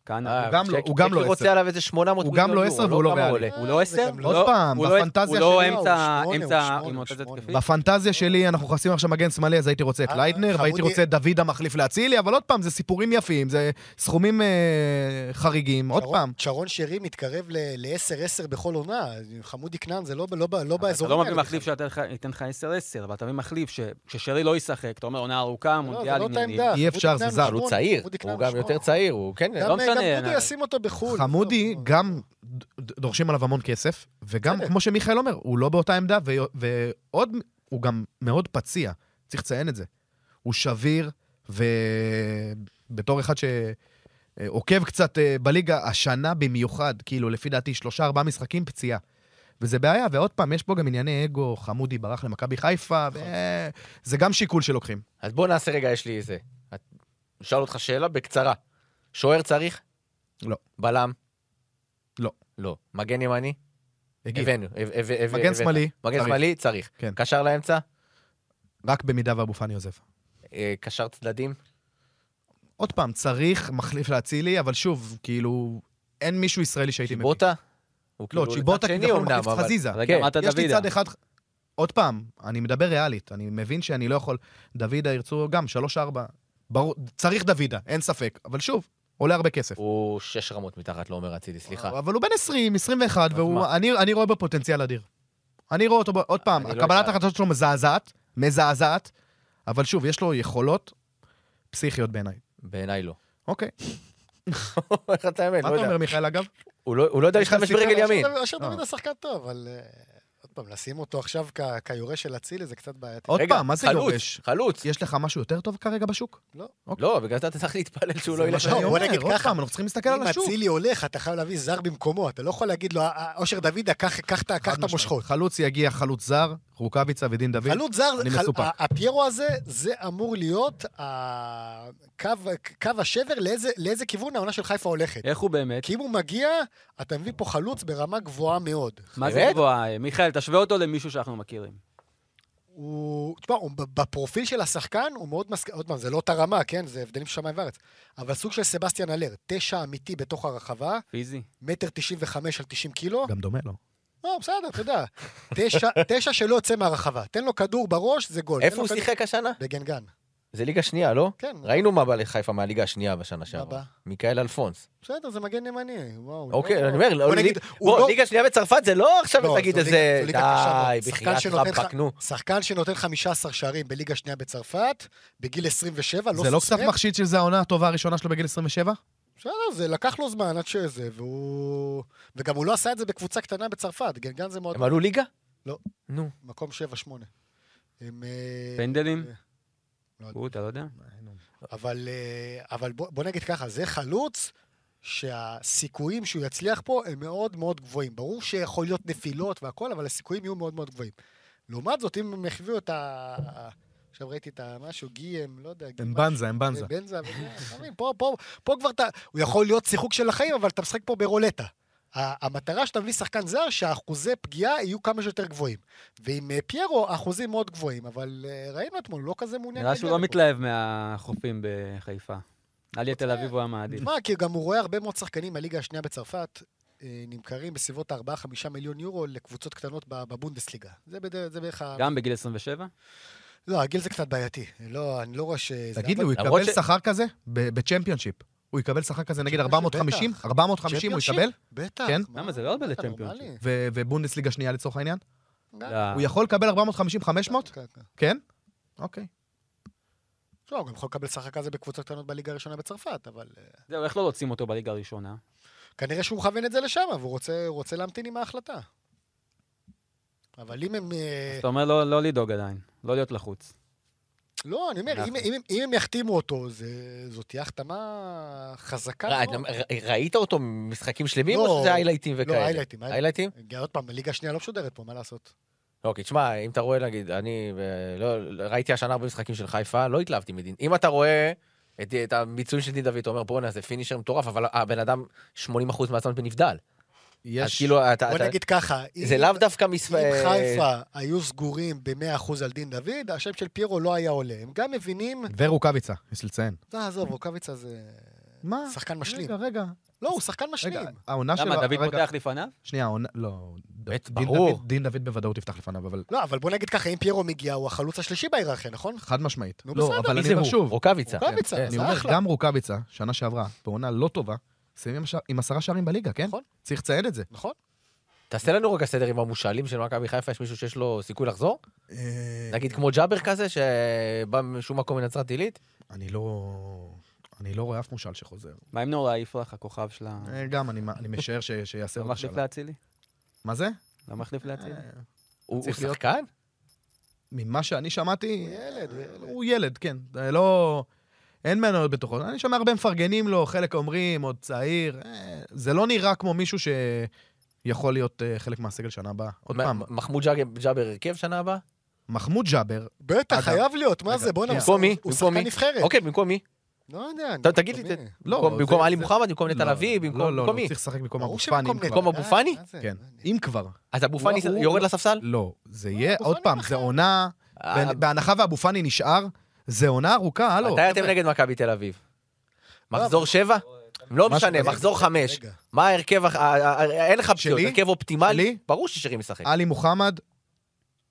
F: כהנא.
A: אה,
E: גם לא-
A: צ'ק-
E: הוא גם
A: צ'קי
E: לא
A: רוצה
E: עשר.
A: עליו איזה 800
E: הוא
A: מיליון
E: גם לא
A: יורו,
E: עשר והוא לא
A: כמה
E: ריאלי.
A: עולה.
F: הוא לא
D: זה
F: עשר?
D: גם
F: לא,
D: לא-
E: עוד פעם,
F: הוא לא-
E: בפנטזיה
F: הוא לא
E: שלי-
D: הוא
F: אמצע
D: שמונה, הוא
F: אמצע
D: שמונה,
F: עם
D: הוא
F: מוטציה
D: שמונה.
F: התקפית.
E: בפנטזיה שלי אנחנו חסים עכשיו מגן שמאלי, אז הייתי רוצה את
D: אה,
E: ליידנר, והייתי
D: חמודי.
E: רוצה את דוד המחליף לאצילי, אבל עוד פעם, זה סיפורים יפים, זה סכומים אה, חריגים, עוד
D: שרון-
E: פעם.
D: שרון שרי מתקרב ל-10-10 בכל עונה, חמודי כנען זה לא ב- לא ב- לא
F: אבל אתה
D: באזורים
F: לא מביא
D: האלה
F: מחליף
D: בכלל.
F: שייתן לך- ייתן לך 10-10, אבל אתה מביא מחליף שכששרי לא ישחק, אתה אומר עונה ארוכה,
D: לא, זה
F: מונדיאל
D: לא אותה
F: עניינים.
D: עמדה,
E: אי
D: חמודי
E: אפשר, זה
D: כנען
E: זר,
A: אבל הוא
D: שמונה,
A: צעיר,
D: חמודי כנען
A: הוא גם
D: שמונה.
A: יותר צעיר, הוא כן...
D: גם-
A: לא-
F: משנה,
D: גם דודי
F: אני-
D: ישים אותו בחו"ל.
E: חמודי,
D: לא,
E: גם ד- ד- דורשים עליו המון כסף, וגם,
D: בסדר.
E: כמו שמיכאל אומר, הוא לא באותה עמדה, ו- ועוד, הוא גם מאוד פציע, צריך לציין את זה. הוא שביר, ובתור אחד שעוקב קצת אה, בליגה, השנה במיוחד, כאילו, לפי דעתי, שלושה, ארבעה משחקים, פציעה. וזה בעיה, ועוד פעם, יש פה גם ענייני אגו, חמודי ברח למכבי חיפה,
D: נכון.
E: וזה גם שיקול שלוקחים.
A: אז בוא נעשה רגע, יש לי איזה. את- אשאל אותך שאלה בקצרה. שוער צריך?
E: לא.
A: בלם?
E: לא.
A: לא. מגן ימני?
E: הגיע.
A: הבאנו. הב- הב- הב-
E: מגן
A: הבאת.
E: שמאלי,
A: מגן
E: צריך.
A: שמאלי? צריך.
E: כן.
A: קשר לאמצע?
E: רק במידה ואבו פאני עוזב.
A: אה, קשר צדדים?
E: עוד פעם, צריך מחליף לאצילי, אבל שוב, כאילו, אין מישהו ישראלי שהייתי מביא.
A: צ'יבוטה? הוא
E: לא,
A: כאילו
E: צ'יבוטה
A: לצד שני
E: כביכול
A: אומנם,
E: מחליף את
A: אבל-
E: חזיזה.
F: אבל
A: כן.
F: גם אתה
E: יש לי צד
F: דוידה.
E: אחד... עוד פעם, אני מדבר ריאלית, אני מבין שאני לא יכול... דוידה ירצו גם, שלוש-ארבע. ברור, צריך דוידה, אין ספק. אבל שוב, עולה הרבה כסף.
A: הוא שש רמות מתחת לעומר אצילי, סליחה.
E: אבל הוא בן 20, 21,
F: אז מה?
E: ואני רואה בו פוטנציאל אדיר. אני רואה אותו, ב- עוד פעם,
A: אני לא
E: הקבלת
A: אתן.
E: ההחלטות שלו מזעזעת, מזעזעת, אבל שוב, יש לו יכולות פסיכיות בעיניי.
A: בעיניי לא.
E: אוקיי.
A: איך אתה האמת?
E: מה
A: לא
E: אתה אומר,
A: יודע.
E: מיכאל, אגב?
A: הוא לא הוא לא יודע
E: יש לך
A: להשתמש
E: סיפור?
A: ברגל
D: אשר
A: ימין.
D: דוד- כן, אשר דוד
E: אה.
D: השחקן טוב, אבל... אה, עוד פעם, לשים אותו עכשיו כ- כיורה של אצילי זה קצת בעייתי.
E: עוד
A: רגע,
E: פעם, מה זה
A: חלוץ,
E: יורש?
A: חלוץ.
E: יש לך משהו יותר טוב כרגע בשוק?
A: לא, בגלל זה אתה צריך להתפלל שהוא לא
E: זה מה
A: ילך.
E: שאני
D: בוא נגיד
E: אומר, עוד
D: ככה,
E: פעם, אנחנו צריכים להסתכל
D: אם
E: על השוק.
D: אצילי הולך, אתה חייב להביא זר במקומו, אתה לא יכול להגיד לו, "אה, אה, אושר דוידה, קח קח את ה- קח
E: חד
D: את
E: משמעית.
D: המושכות.
E: חלוץ יגיע, חלוץ זר, רוקאביצה ודין דוד.
D: חלוץ זר,
E: אני
D: חל-
E: מסופק.
D: ה- הפיירו הזה, זה אמור להיות ה- קו קו השבר לאיזה- לאיזה כיוון העונה של חיפה הולכת.
F: איך הוא באמת?
D: כי אם הוא מגיע, אתה מביא פה חלוץ ברמה גבוהה מאוד.
F: מה זה
A: באמת?
F: גבוהה? מיכאל, תשווה אותו למישהו שאנחנו מכירים.
D: הוא, תשמע, הוא ב- בפרופיל של השחקן הוא מאוד מסכים, עוד פעם, זה לא אותה רמה, כן? זה הבדלים של שמיים וארץ. אבל סוג של סבסטיאן אלר, תשע אמיתי בתוך הרחבה,
F: פיזי.
D: מטר תשעים וחמש על תשעים קילו.
E: גם דומה לו.
D: לא, בסדר, אתה יודע. תשע- תשע שלא יוצא מהרחבה. תן לו כדור בראש, זה גול. תן
A: איפה
E: לא
D: לו
A: הוא
D: כדור-
A: שיחק השנה?
D: בגנגן.
A: זה ליגה שנייה, לא?
D: כן,
A: ראינו מה בא לחיפה מהליגה השנייה בשנה
D: בא?
A: שעברה. מיכאל אלפונס.
D: בסדר, זה מגן ימני. וואו.
A: אוקיי,
D: לא-
A: אני אומר,
D: בוא
A: לא,
D: נגיד,
A: ליג-
D: הוא
A: בוא,
D: לא-
A: ליגה שנייה בצרפת זה לא עכשיו
D: לא,
A: תגיד
D: זו ליגה-
A: איזה,
D: זו ליגה קשה מאוד.
A: די,
D: שחקן
A: בחייאת
D: שנותן לך-
A: רבאק, נו.
D: שחקן שנותן 15 שערים בליגה שנייה בצרפת, בגיל 27, לא
E: זה לא
D: סוספט.
E: קצת מחשיד שזו העונה הטובה הראשונה שלו בגיל 27?
D: בסדר, זה לקח לו זמן עד שזה, והוא... וגם הוא לא עשה את זה בקבוצה קטנה בצרפת, גנגן זה מאוד...
A: הם עלו ליגה?
D: לא.
A: נו.
D: מקום 7-8. הם... אה,
F: פנדלים?
D: לא יודע.
F: הוא, אתה לא יודע?
D: אבל, אה, אבל בוא, בוא נגיד ככה, זה חלוץ שהסיכויים שהוא יצליח פה הם מאוד מאוד גבוהים. ברור שיכול להיות נפילות והכל, אבל הסיכויים יהיו מאוד מאוד גבוהים. לעומת זאת, אם הם יחביאו את ה... עכשיו ראיתי את המשהו, גיים, לא יודע, גיים משהו, אה,
E: אמבנזה, אמבנזה.
D: בנזה, אבל אתה מבין, פה, פה, פה כבר אתה, הוא יכול להיות שיחוק של החיים, אבל אתה משחק פה ברולטה. ה- המטרה שאתה מביא שחקן זר, שאחוזי פגיעה יהיו כמה שיותר גבוהים. ועם אה, פיירו, האחוזים מאוד גבוהים, אבל אה, ראינו אתמול, הוא לא כזה מעוניין.
F: נראה שהוא
D: להגיע
F: לא
D: לפה.
F: מתלהב מהחופים בחיפה. עלי תל אביב הוא היה מעדיף.
D: תשמע, כי גם הוא רואה הרבה מאוד שחקנים מהליגה השנייה בצרפת, אה, נמכרים בסביבות ה-4-5 מיליון יורו לקבוצות קטנות ב- בבונדסליגה. זה בדרך- זה בערך ה...
F: גם בגיל 27?
D: לא, הגיל זה קצת בעייתי. לא, אני לא רואה ש...
E: אה, תגיד לי, הוא
A: למרות
E: יקבל
A: ש-
E: שכר כזה ב- בצ'מפיונשיפ? הוא יקבל שכר כזה נגיד
D: צ'מפיונשיפ,
E: 450?
D: בטח.
E: 450 הוא יקבל?
D: בטח.
E: כן?
D: מה?
F: למה, זה לא הרבה
D: אתה
F: לצ'מפיונשיפ.
D: נורמלי?
E: ו- ובונדסליגה שנייה לצורך העניין?
D: גם-
A: אה.
F: לא.
E: הוא יכול לקבל 450, 500?
D: כן, כן.
E: כן? אוקיי.
D: לא, הוא גם יכול לקבל שחקן כזה בקבוצות קטנות בליגה הראשונה בצרפת, אבל... אה,
F: זהו, איך לא רוצים אותו בליגה הראשונה?
D: כנראה שהוא מכוון את זה לשם, והוא רוצה- רוצה להמתין עם ההחלטה. אבל אם הם... אה,
F: אז אתה אומר לא- לא לדאוג עדיין, לא להיות לחוץ.
D: לא, אני אומר, אם,
F: אנחנו.
D: אם, אם, אם הם יחתימו אותו, זה, זאת תהיה החתמה
F: אה,
D: חזקה. לא?
A: רא-
F: לא-
D: מאוד.
A: ר- ראית אותו משחקים שלמים, או
D: לא.
A: שזה היילייטים וכאלה?
D: לא, היילייטים. היילייטים.
A: היילייטים?
D: גם עוד פעם, הליגה השנייה לא משודרת פה, מה לעשות?
A: אוקיי, תשמע, אם אתה רואה, נגיד, אני אה, לא, ראיתי השנה הרבה משחקים של חיפה, לא התלהבתי מדין. אם אתה רואה את, את הביצועים של דין דוד, אתה אומר, בואנה, זה פינישר מטורף, אבל הבן אדם 80% מהזמן בנבדל. אז
E: יש...
A: כאילו, אתה...
D: בוא
A: אתה
D: נגיד ככה,
A: זה
D: אם-
A: לאו דווקא אה, מספ...
D: אם חיפה היו סגורים ב-100% על דין דוד, השם של פירו לא היה עולה. הם גם מבינים,
E: ורוקאביצה, יש לציין.
D: לא, עזוב, רוקאביצה זה...
E: מה?
D: שחקן משלים.
E: רגע, רגע.
D: לא, הוא שחקן משלים.
E: רגע, העונה שלו...
F: למה, דוד
E: רגע,
F: פותח לפניו?
E: שנייה, העונה... לא.
A: בית,
E: דין
A: ברור.
E: דוד- דין דוד בוודאות יפתח לפניו, אבל
D: לא, אבל בוא נגיד ככה, אם פיירו מגיע, הוא החלוץ השלישי בהיררכיה, נכון?
E: חד משמעית.
D: נו,
E: לא,
D: בסדר.
E: אבל
A: מי
E: אני
A: זה
E: אומר
A: הוא?
E: שוב,
A: רוקאביצה. כן,
D: רוקאביצה,
E: אני
D: אה, זה
E: אומר,
D: אחלה.
E: גם רוקאביצה, שנה שעברה, בעונה לא טובה, סיים עם השע- עם עשרה שערים בליגה, כן?
D: נכון.
E: צריך לציין את זה.
D: נכון?
A: תעשה לנו רק הסדר עם המושאלים של מכבי חיפה, יש מישהו שיש לו סיכוי לחזור?
D: אה.
E: אה,
A: נגיד כמו ג'אבר כזה, שבא משום מקום מנצרת עילית?
E: אני לא... אני לא רואה אף מושל שחוזר.
F: מה עם נורא יפרח, הכוכב של ה...
E: אה, גם, אני אני משער ש- שיעשה
F: לא
E: עוד
F: מחליף
E: משל.
F: לאצילי?
E: מה זה?
F: לא
D: אה,
F: מחליף לאצילי?
A: הוא הוא
E: צריך להיות-
A: שחקן?
E: ממה שאני שמעתי, אה,
D: ילד, הוא ילד.
E: הוא ילד, כן. זה לא... אין מניות בתוכו. אני שומע הרבה מפרגנים לו, חלק אומרים, עוד צעיר. אה, זה לא נראה כמו מישהו שיכול להיות אה, חלק מהסגל שנה הבאה. עוד
A: מ-
E: פעם,
A: מחמוד ג'אג- ג'אבר הרכב שנה הבאה?
E: מחמוד ג'אבר,
D: בטח,
E: אגב,
D: חייב להיות, מה
E: רגע,
D: זה? בוא'נה,
E: שנייה.
D: הוא-
A: במקום מי?
D: הוא
A: במקום
D: שחקן
A: מי?
D: נבחרת.
A: אוקיי, במקום מי?
D: לא יודע.
A: ת- תגיד לי, ת-
E: כן. לא,
A: במקום-
E: זה-
A: במקום
E: זה-
A: עלי מוחמד, במקום נטע
E: לא,
A: לביא,
E: לא,
A: במקום
E: לא,
A: במקום
E: לא,
A: מי?
E: צריך לשחק במקום
D: ברור
E: אבו
D: שבמקום
E: פאני. אם
D: נטע.
E: כבר.
A: במקום אבו פאני?
D: מה זה?
E: כן,
D: מה אני-
E: אם כבר.
A: אז אבו פאני
D: הוא-
A: יורד לספסל?
E: לא, זה יהיה,
D: אבו
E: עוד
D: פאני
E: פעם,
D: בחר.
E: זה עונה,
A: אה,
E: בהנחה ואבו פאני נשאר, זה עונה ארוכה, הלו.
A: מתי אתם נגד מכבי תל אביב? מחזור שבע? לא
E: משהו
A: משנה,
E: כזה.
A: מחזור חמש.
D: רגע.
A: מה ההרכב, הח- ה- ה- ה- אין לך פציעות,
E: שלי?
A: הרכב אופטימלי?
E: שלי? אה,
A: ברור ששירי משחק.
E: עלי מוחמד,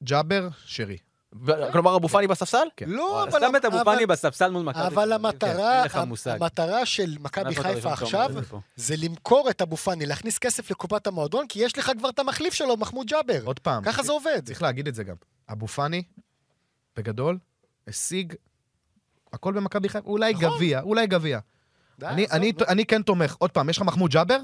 E: ג'אבר, שרי.
A: ב- כלומר, אבו פאני בספסל?
E: כן.
D: לא,
F: וואלה,
D: אבל...
F: שם את אבו
D: אבל-
F: פאני בספסל מול מכבי.
D: אבל
F: תל אביב.
D: המטרה,
F: אין לך מושג.
D: המטרה של מכבי
F: אנחנו את
D: חיפה
F: הראשון נכון.
D: עכשיו,
F: שאומרים את זה פה.
D: זה למכור את אבו פאני, להכניס כסף לקופת המועדון, כי יש לך כבר את המחליף שלו, מחמוד ג'אבר.
E: עוד פעם.
D: ככה זה עובד.
E: צריך להגיד את זה גם. אבו פאני, בגדול, השיג הכל במכבי חיפה, אולי גביע, אולי גביע.
D: די,
E: אני-
D: עזוב, לא.
E: אני-
D: נו.
E: אני כן תומך. עוד פעם, יש לך מחמוד ג'אבר?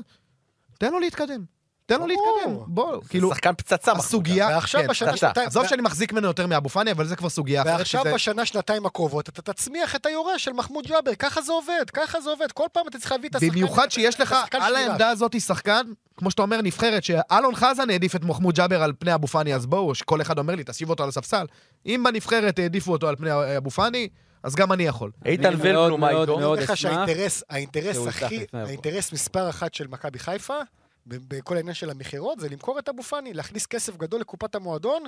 E: תן לו להתקדם. תן לו
D: ברור.
E: להתקדם. בוא,
A: כאילו...
E: כאילו,
A: שחקן פצצה. מחמוד.
E: הסוגיה...
D: ועכשיו
E: כן.
D: בשנה
A: פצצה.
D: שנתיים...
E: עזוב שאני מחזיק ממנו יותר מאבו פאני, אבל זה כבר סוגיה אחרת.
D: ועכשיו
E: שזה-
D: בשנה שנתיים הקרובות אתה תצמיח את היורש של מחמוד ג'אבר, ככה זה עובד, ככה זה עובד, כל פעם אתה צריך להביא את השחקן.
E: במיוחד שיש לך
D: השחקן
E: על
D: שנראה.
E: העמדה הזאת שחקן, כמו שאתה אומר, נבחרת, שאלון חזן העדיף את מחמוד ג'אבר על פני אבו פאני, אז בואו, כל אחד אומר לי, תשיב אותו על הספסל. אם בנבחרת העדיפו אותו על פני אבו פני, אז גם אני יכול.
A: איתן
F: אני
A: ולבלום,
F: מאוד,
A: מה
F: מאוד,
A: איתו?
D: אני אומר לך
F: אשמח
D: שהאינטרס, האינטרס
F: שהוא יפתח
D: הכי,
F: לפני הבוא.
D: האינטרס מספר אחת של מכבי חיפה, ב- בכל העניין של המכירות, זה למכור את אבו פאני, להכניס כסף גדול לקופת המועדון.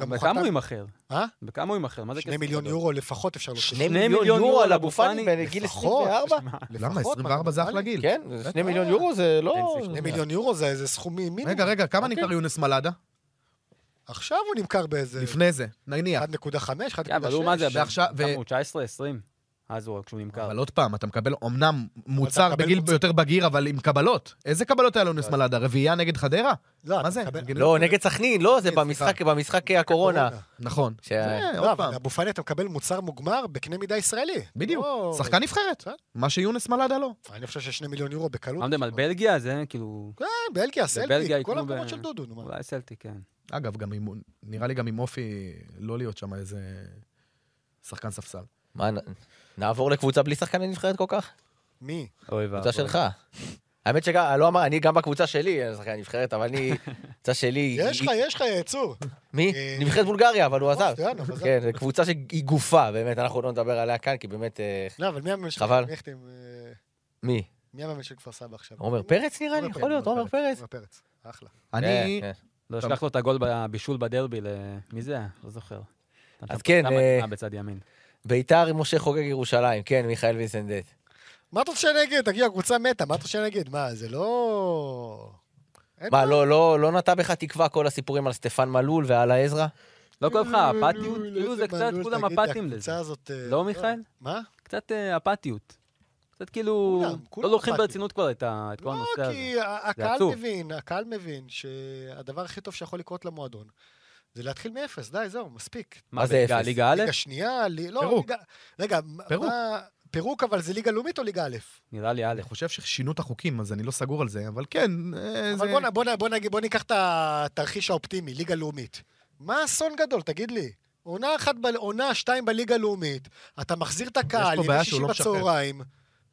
D: גם
F: בכמה
D: חתם-
F: הוא ימכר?
D: אה?
F: בכמה הוא ימכר? מה זה כסף?
D: שני מיליון
F: גדול?
D: יורו לפחות אפשר להוציא.
A: שני מיליון יורו על אבו פאני בגיל
E: נכון.
F: נכון,
D: לפחות.
A: 24?
E: למה?
D: לפחות,
E: 24 זה
D: מה,
E: אחלה גיל.
A: כן, שני מיליון יורו זה לא...
F: אין סיכוי.
D: שני מיליון יורו זה איזה סכום מינימום.
E: רגע, רגע, כמה נמכר יונס מלאדה?
D: עכשיו הוא נמכר באיזה...
E: לפני זה, נניח.
D: 1.5, 1.6.
F: כן, אבל הוא מה זה?
E: ועכשיו- ו-
F: כמה הוא? 19, 20? אז הוא, כשהוא נמכר.
E: אבל עוד פעם, אתה מקבל אמנם מוצר אה.
D: מקבל
E: בגיל
D: מוצר.
E: יותר בגיר, אבל עם קבלות. איזה קבלות היה ליונס מלאדה? רביעייה נגד חדרה?
D: לא, אתה
E: מה זה?
D: מקבל-
A: לא, נגד סכנין, לא, זה
E: סליחה.
A: במשחק, במשחק הקורונה.
E: נכון.
A: ש-
E: זה,
D: לא,
E: עוד פעם.
D: אבל אבו פאני אתה מקבל מוצר מוגמר בקנה מידה ישראלי.
E: בדיוק.
D: לא-
E: שחקן נבחרת.
D: בסדר.
E: מה שיונס מלאדה לא.
D: אני חושב ששני מיליון יורו בקלות.
F: אמרתם על בלגיה? זה כאילו...
D: כן, בלגיה, סלטיק,
F: בבלגיה
D: כל
F: ייתנו ב-
D: המקומות של דודו, נו מה.
F: אולי סלטי, כן.
E: אגב, גם עם, נראה לי גם עם אופי לא להיות שם איזה שחקן
D: כן,
E: ספסל.
A: מה, נ- נעבור לקבוצה בלי שחקני נבחרת כל כך?
D: מי?
F: אוי ואבוי.
A: קבוצה שלך. האמת שגם, לא אמר, אני גם בקבוצה שלי, אין שחקן נבחרת, אבל אני, קבוצה שלי...
D: יש לך,
A: היא-
D: יש לך, צור.
A: מי?
D: אה,
A: נבחרת בולגריה, אבל הוא
D: נכון,
A: עזב.
D: שטויאנוב עזב.
A: כן, זו קבוצה שהיא גופה, באמת, אנחנו לא נדבר עליה כאן, כי באמת... אה,
D: לא, אבל מי המאמן שלך?
A: חבל.
D: מי החתים, אה,
A: מי?
D: מי המאמן של כפר סבא עכשיו?
A: עומר פרץ נראה לי? יכול להיות, עומר פרץ.
D: עומר פרץ, אחלה.
E: אני,
A: כן, כן.
F: לא אשלח לו את הגול בבישול בדרבי ל... מי זה היה? לא זוכר.
A: אז כן,
F: שם
A: אה,
F: מתנה בצד ימין.
A: ביתר עם משה חוגג ירושלים, כן, מיכאל ויסנדט.
D: מה אתה רוצה שאני אגיד? תגיד, הקבוצה מתה, מה אתה רוצה שאני אגיד? מה, זה לא... אין
A: מה, לא, לא, לא נטע בך תקווה כל הסיפורים על סטפן מלול ועל העזרא?
F: לא כואב לך האפתיות?
D: מלול,
F: כאילו
D: איזה
F: זה קצת,
D: מלול,
F: כולם
D: לא, תגיד לי,
F: אפתיים
D: הקבוצה
F: לזה.
D: הזאת, אה,
F: לא, מיכאל?
D: מה?
F: קצת אה, אפתיות. קצת כאילו...
D: כולם, כולם
F: לא לוקחים
D: אפתיים.
F: ברצינות כבר את ה- את כל
D: לא,
F: הנושא הזה.
D: כי ה- הקהל
F: עצוב.
D: מבין, הקהל מבין שהדבר הכי טוב שיכול לקרות למועדון זה להתחיל מאפס, די, זהו, מספיק.
A: מה
F: מה
A: זה
F: זה אפס?
A: אפס?
F: ליגה א'?
D: ליגה שנייה, ל- לא,
E: פירוק.
D: ליגה... רגע, מה-
E: פירוק.
D: מה- פירוק, אבל זה ליגה לאומית או ליגה א'?
F: נראה לי א'.
E: אני חושב ששינו את החוקים, אז אני לא סגור על זה, אבל כן, אה, זה...
D: אבל בוא נ- בוא נ- בוא נגיד- בוא ניקח את התרחיש האופטימי, ליגה לאומית. מה אסון גדול, תגיד לי? עונה אחת, ב- עונה שתיים בליגה הלאומית, אתה מחזיר את הקהל,
E: פה בעיה
D: ימי
E: שהוא
D: שישי
E: לא משחרר.
D: בצהריים.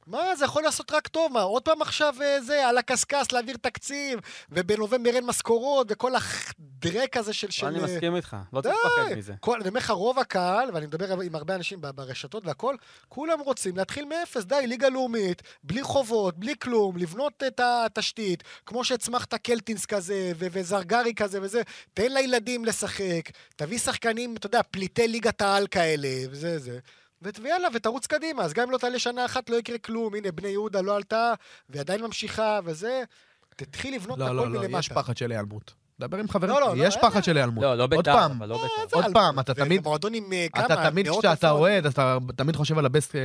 D: מה, זה יכול לעשות רק טוב, מה, עוד פעם עכשיו אה, זה, על הקשקש להעביר תקציב, ובנובמבר אין משכורות, וכל הדרק הזה של... של,
F: אני
D: אה,
F: מסכים איתך, לא
D: די.
F: צריך לפחד מזה.
D: כל, אני אומר לך, רוב הקהל, ואני מדבר עם הרבה אנשים ב- ברשתות והכול, כולם רוצים להתחיל מאפס, די, ליגה לאומית, בלי חובות, בלי כלום, לבנות את התשתית, כמו שהצמחת קלטינס כזה, ו- וזרגרי כזה וזה, תן לילדים לשחק, תביא שחקנים, אתה יודע, פליטי ליגת העל כאלה, וזה זה. ות- ויאללה, ותרוץ קדימה. אז גם אם לא תעלה שנה אחת, לא יקרה כלום. הנה, בני יהודה לא עלתה, ועדיין ממשיכה, וזה... תתחיל לבנות את
E: לא,
D: הכל
E: לא, לא,
D: מלמטה.
E: יש פחד של היעלמות. דבר עם חברים,
D: לא, לא,
E: שלי,
D: לא,
E: יש
D: אין-
E: פחד של היעלמות.
F: לא, לא
E: עוד
F: ביתר,
E: פעם,
F: אבל
D: אה,
F: לא ביתר.
E: עוד
D: על-
E: פעם, אתה
D: וזה
E: תמיד-
D: מועדון עם אה, כמה,
E: אתה תמיד,
D: מאות
E: כשאתה
D: אלפות.
E: אוהד, אתה תמיד חושב על הבסט... אה,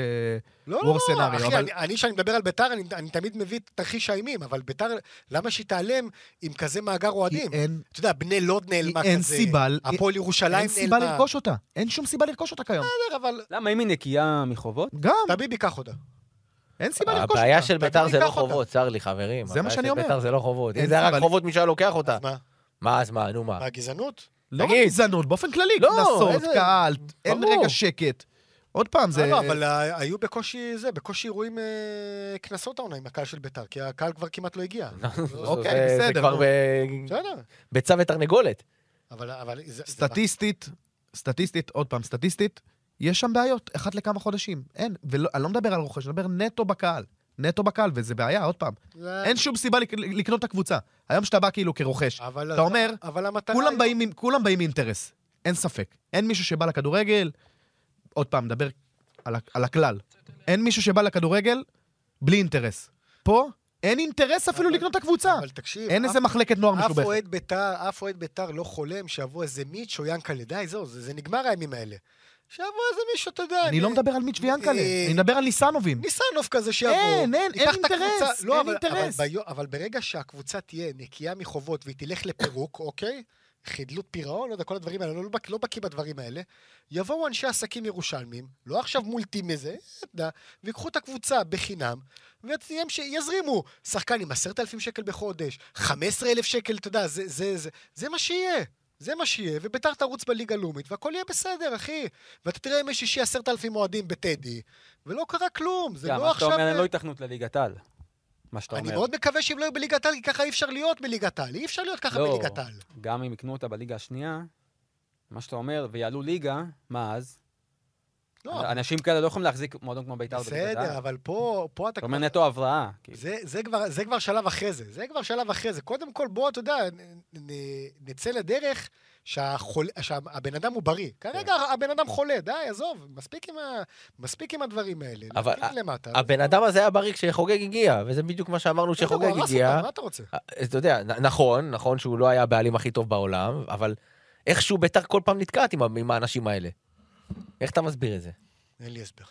D: לא,
E: war
D: לא,
E: scenario,
D: אחי,
E: אבל-
D: אני- אני, כשאני מדבר על ביתר, אני, אני תמיד מביא את תרחיש האימים, אבל ביתר, למה שהיא תיעלם עם כזה מאגר
E: כי
D: אוהדים?
E: אין
D: אתה יודע, בני לוד נעלמה
E: כי אין
D: כזה,
E: סיבה-
D: הפועל ירושלים
E: אין
D: נעלמה.
E: סיבה לרכוש אותה. אין שום סיבה לרכוש אותה כיום.
D: בסדר, אבל
F: למה, אם היא נקייה מחובות?
E: גם,
D: תביב ייקח אותה.
E: אין
D: אה,
E: סיבה לרכוש
A: הבעיה
E: אותה.
A: של ביתר זה לא
D: ניקח אותה.
A: חובות, צר לי, חברים.
E: זה
A: הבעיה
E: מה
A: של
E: שאני אומר.
A: ביתר זה לא חובות. אם
E: אין
A: זה היה
E: סיבה
A: רק
E: לי-
A: חובות, מישהו היה לוקח אותה.
D: אז מה?
A: מה, אז מה, נו מה.
D: מה, גזענות?
E: לא
A: תגיד.
E: גזענות, באופן כללי.
A: לא,
E: קנסות,
A: איזה-
E: קהל, אין
A: ברור.
E: רגע שקט. עוד פעם,
D: זה...
E: זה...
D: לא, אבל אה, היו בקושי זה, בקושי אירועים אה, קנסות העונה עם הקהל של ביתר, כי הקהל כבר כמעט לא הגיע.
E: אוקיי,
A: זה- זה
E: בסדר,
A: כבר
E: נו.
A: ב-
D: בסדר,
A: ביצה ותרנגולת.
D: אבל... אבל זה- זה
E: סטטיסטית, סטטיסטית, עוד פעם, סטטיסטית, יש שם בעיות, אחת לכמה חודשים. אין, ואני לא מדבר על רוכש, אני מדבר נטו בקהל. נטו בקהל, וזה בעיה, עוד פעם.
D: לא- זה-
E: אין שום סיבה לק- לקנות את הקבוצה. היום שאתה בא כאילו כרוכש,
D: אבל-
E: אתה אומר,
D: אבל המטרה...
E: כולם
D: היא-
E: באים עם- כולם באים מאינטרס, אין ספק. אין מישהו שבא לכדורגל, עוד פעם, מדבר על ה- על הכלל. אין מישהו שבא לכדורגל בלי אינטרס. פה, אין אינטרס אפילו
D: אבל-
E: לקנות את הקבוצה.
D: אבל תקשיב,
E: אין
D: אף-
E: איזה מחלקת נוער
D: אף
E: משובחת.
D: אוהד ביתר, אף אוהד ביתר לא חולם שיבוא איזה מיץ' או ינקלה. די, זהו, זה, זה נגמר הימים האלה. שיבוא איזה מישהו, אתה יודע...
E: אני לא מדבר על מיץ' ויאנקלה,
D: אה,
E: אני מדבר על ניסנובים.
D: ניסנוב כזה שיבוא.
E: אין, אין,
D: ייקח
E: אין
D: את הקבוצה-
E: אינטרס,
D: לא,
E: אין
D: אבל,
E: אינטרס.
D: אבל, ביו, אבל ברגע שהקבוצה תהיה נקייה מחובות והיא תלך לפירוק, אוקיי? חדלות פירעון, לא יודע, כל הדברים האלה, אני לא, בק- לא בקיא בדברים האלה. יבואו אנשי עסקים ירושלמים, לא עכשיו מולטים איזה, אתה יודע, ויקחו את הקבוצה בחינם, ותהיה שיזרימו שחקן עם 10,000 שקל בחודש, 15,000 שקל, אתה יודע, זה, זה, זה, זה מה שיהיה. זה מה שיהיה, וביתר תרוץ בליגה הלאומית, והכל יהיה בסדר, אחי. ואתה תראה ימי שישי 10,000 אוהדים בטדי, ולא קרה כלום, זה
F: גם,
D: לא
F: מה שאתה
D: עכשיו...
F: אומר, אין לו התכנות לליגת על. מה שאתה אומר.
D: אני מאוד מקווה שהם לא יהיו בליגת העל, כי ככה אי אפשר להיות בליגת העל. אי אפשר להיות ככה
F: לא.
D: בליגת העל.
F: גם אם יקנו אותה בליגה השנייה, מה שאתה אומר, ויעלו ליגה, מה אז?
D: לא,
F: אנשים כאלה לא יכולים להחזיק מועדון כמו בית"ר בליגת העל.
D: בסדר, אבל פה פה אתה
F: אתה
D: כבר...
F: אומר נטו הבראה. כאילו.
D: זה, זה, כבר, זה כבר שלב אחרי זה, זה כבר שלב אחרי זה. קודם כל, בוא, אתה יודע, נ- נ- נצא לדרך שהחול, שהבן אדם הוא בריא. כרגע
A: כן.
D: הבן אדם חולה, די, עזוב, מספיק עם, ה, מספיק עם הדברים האלה.
A: אבל
D: נתחיל
A: ה-
D: למטה.
A: הבן אדם הזה היה בריא כשחוגג הגיע, וזה בדיוק מה שאמרנו
D: בסדר, הוא לא
A: כשחוגג
D: הרס
A: הגיע.
D: אותם, מה אתה רוצה?
A: אז אתה יודע, נ- נכון, נכון שהוא לא היה הבעלים הכי טוב בעולם, אבל איכשהו ביתר כל פעם נתקעת עם, ה- עם האנשים האלה. איך אתה מסביר את זה?
D: אין לי הסבר.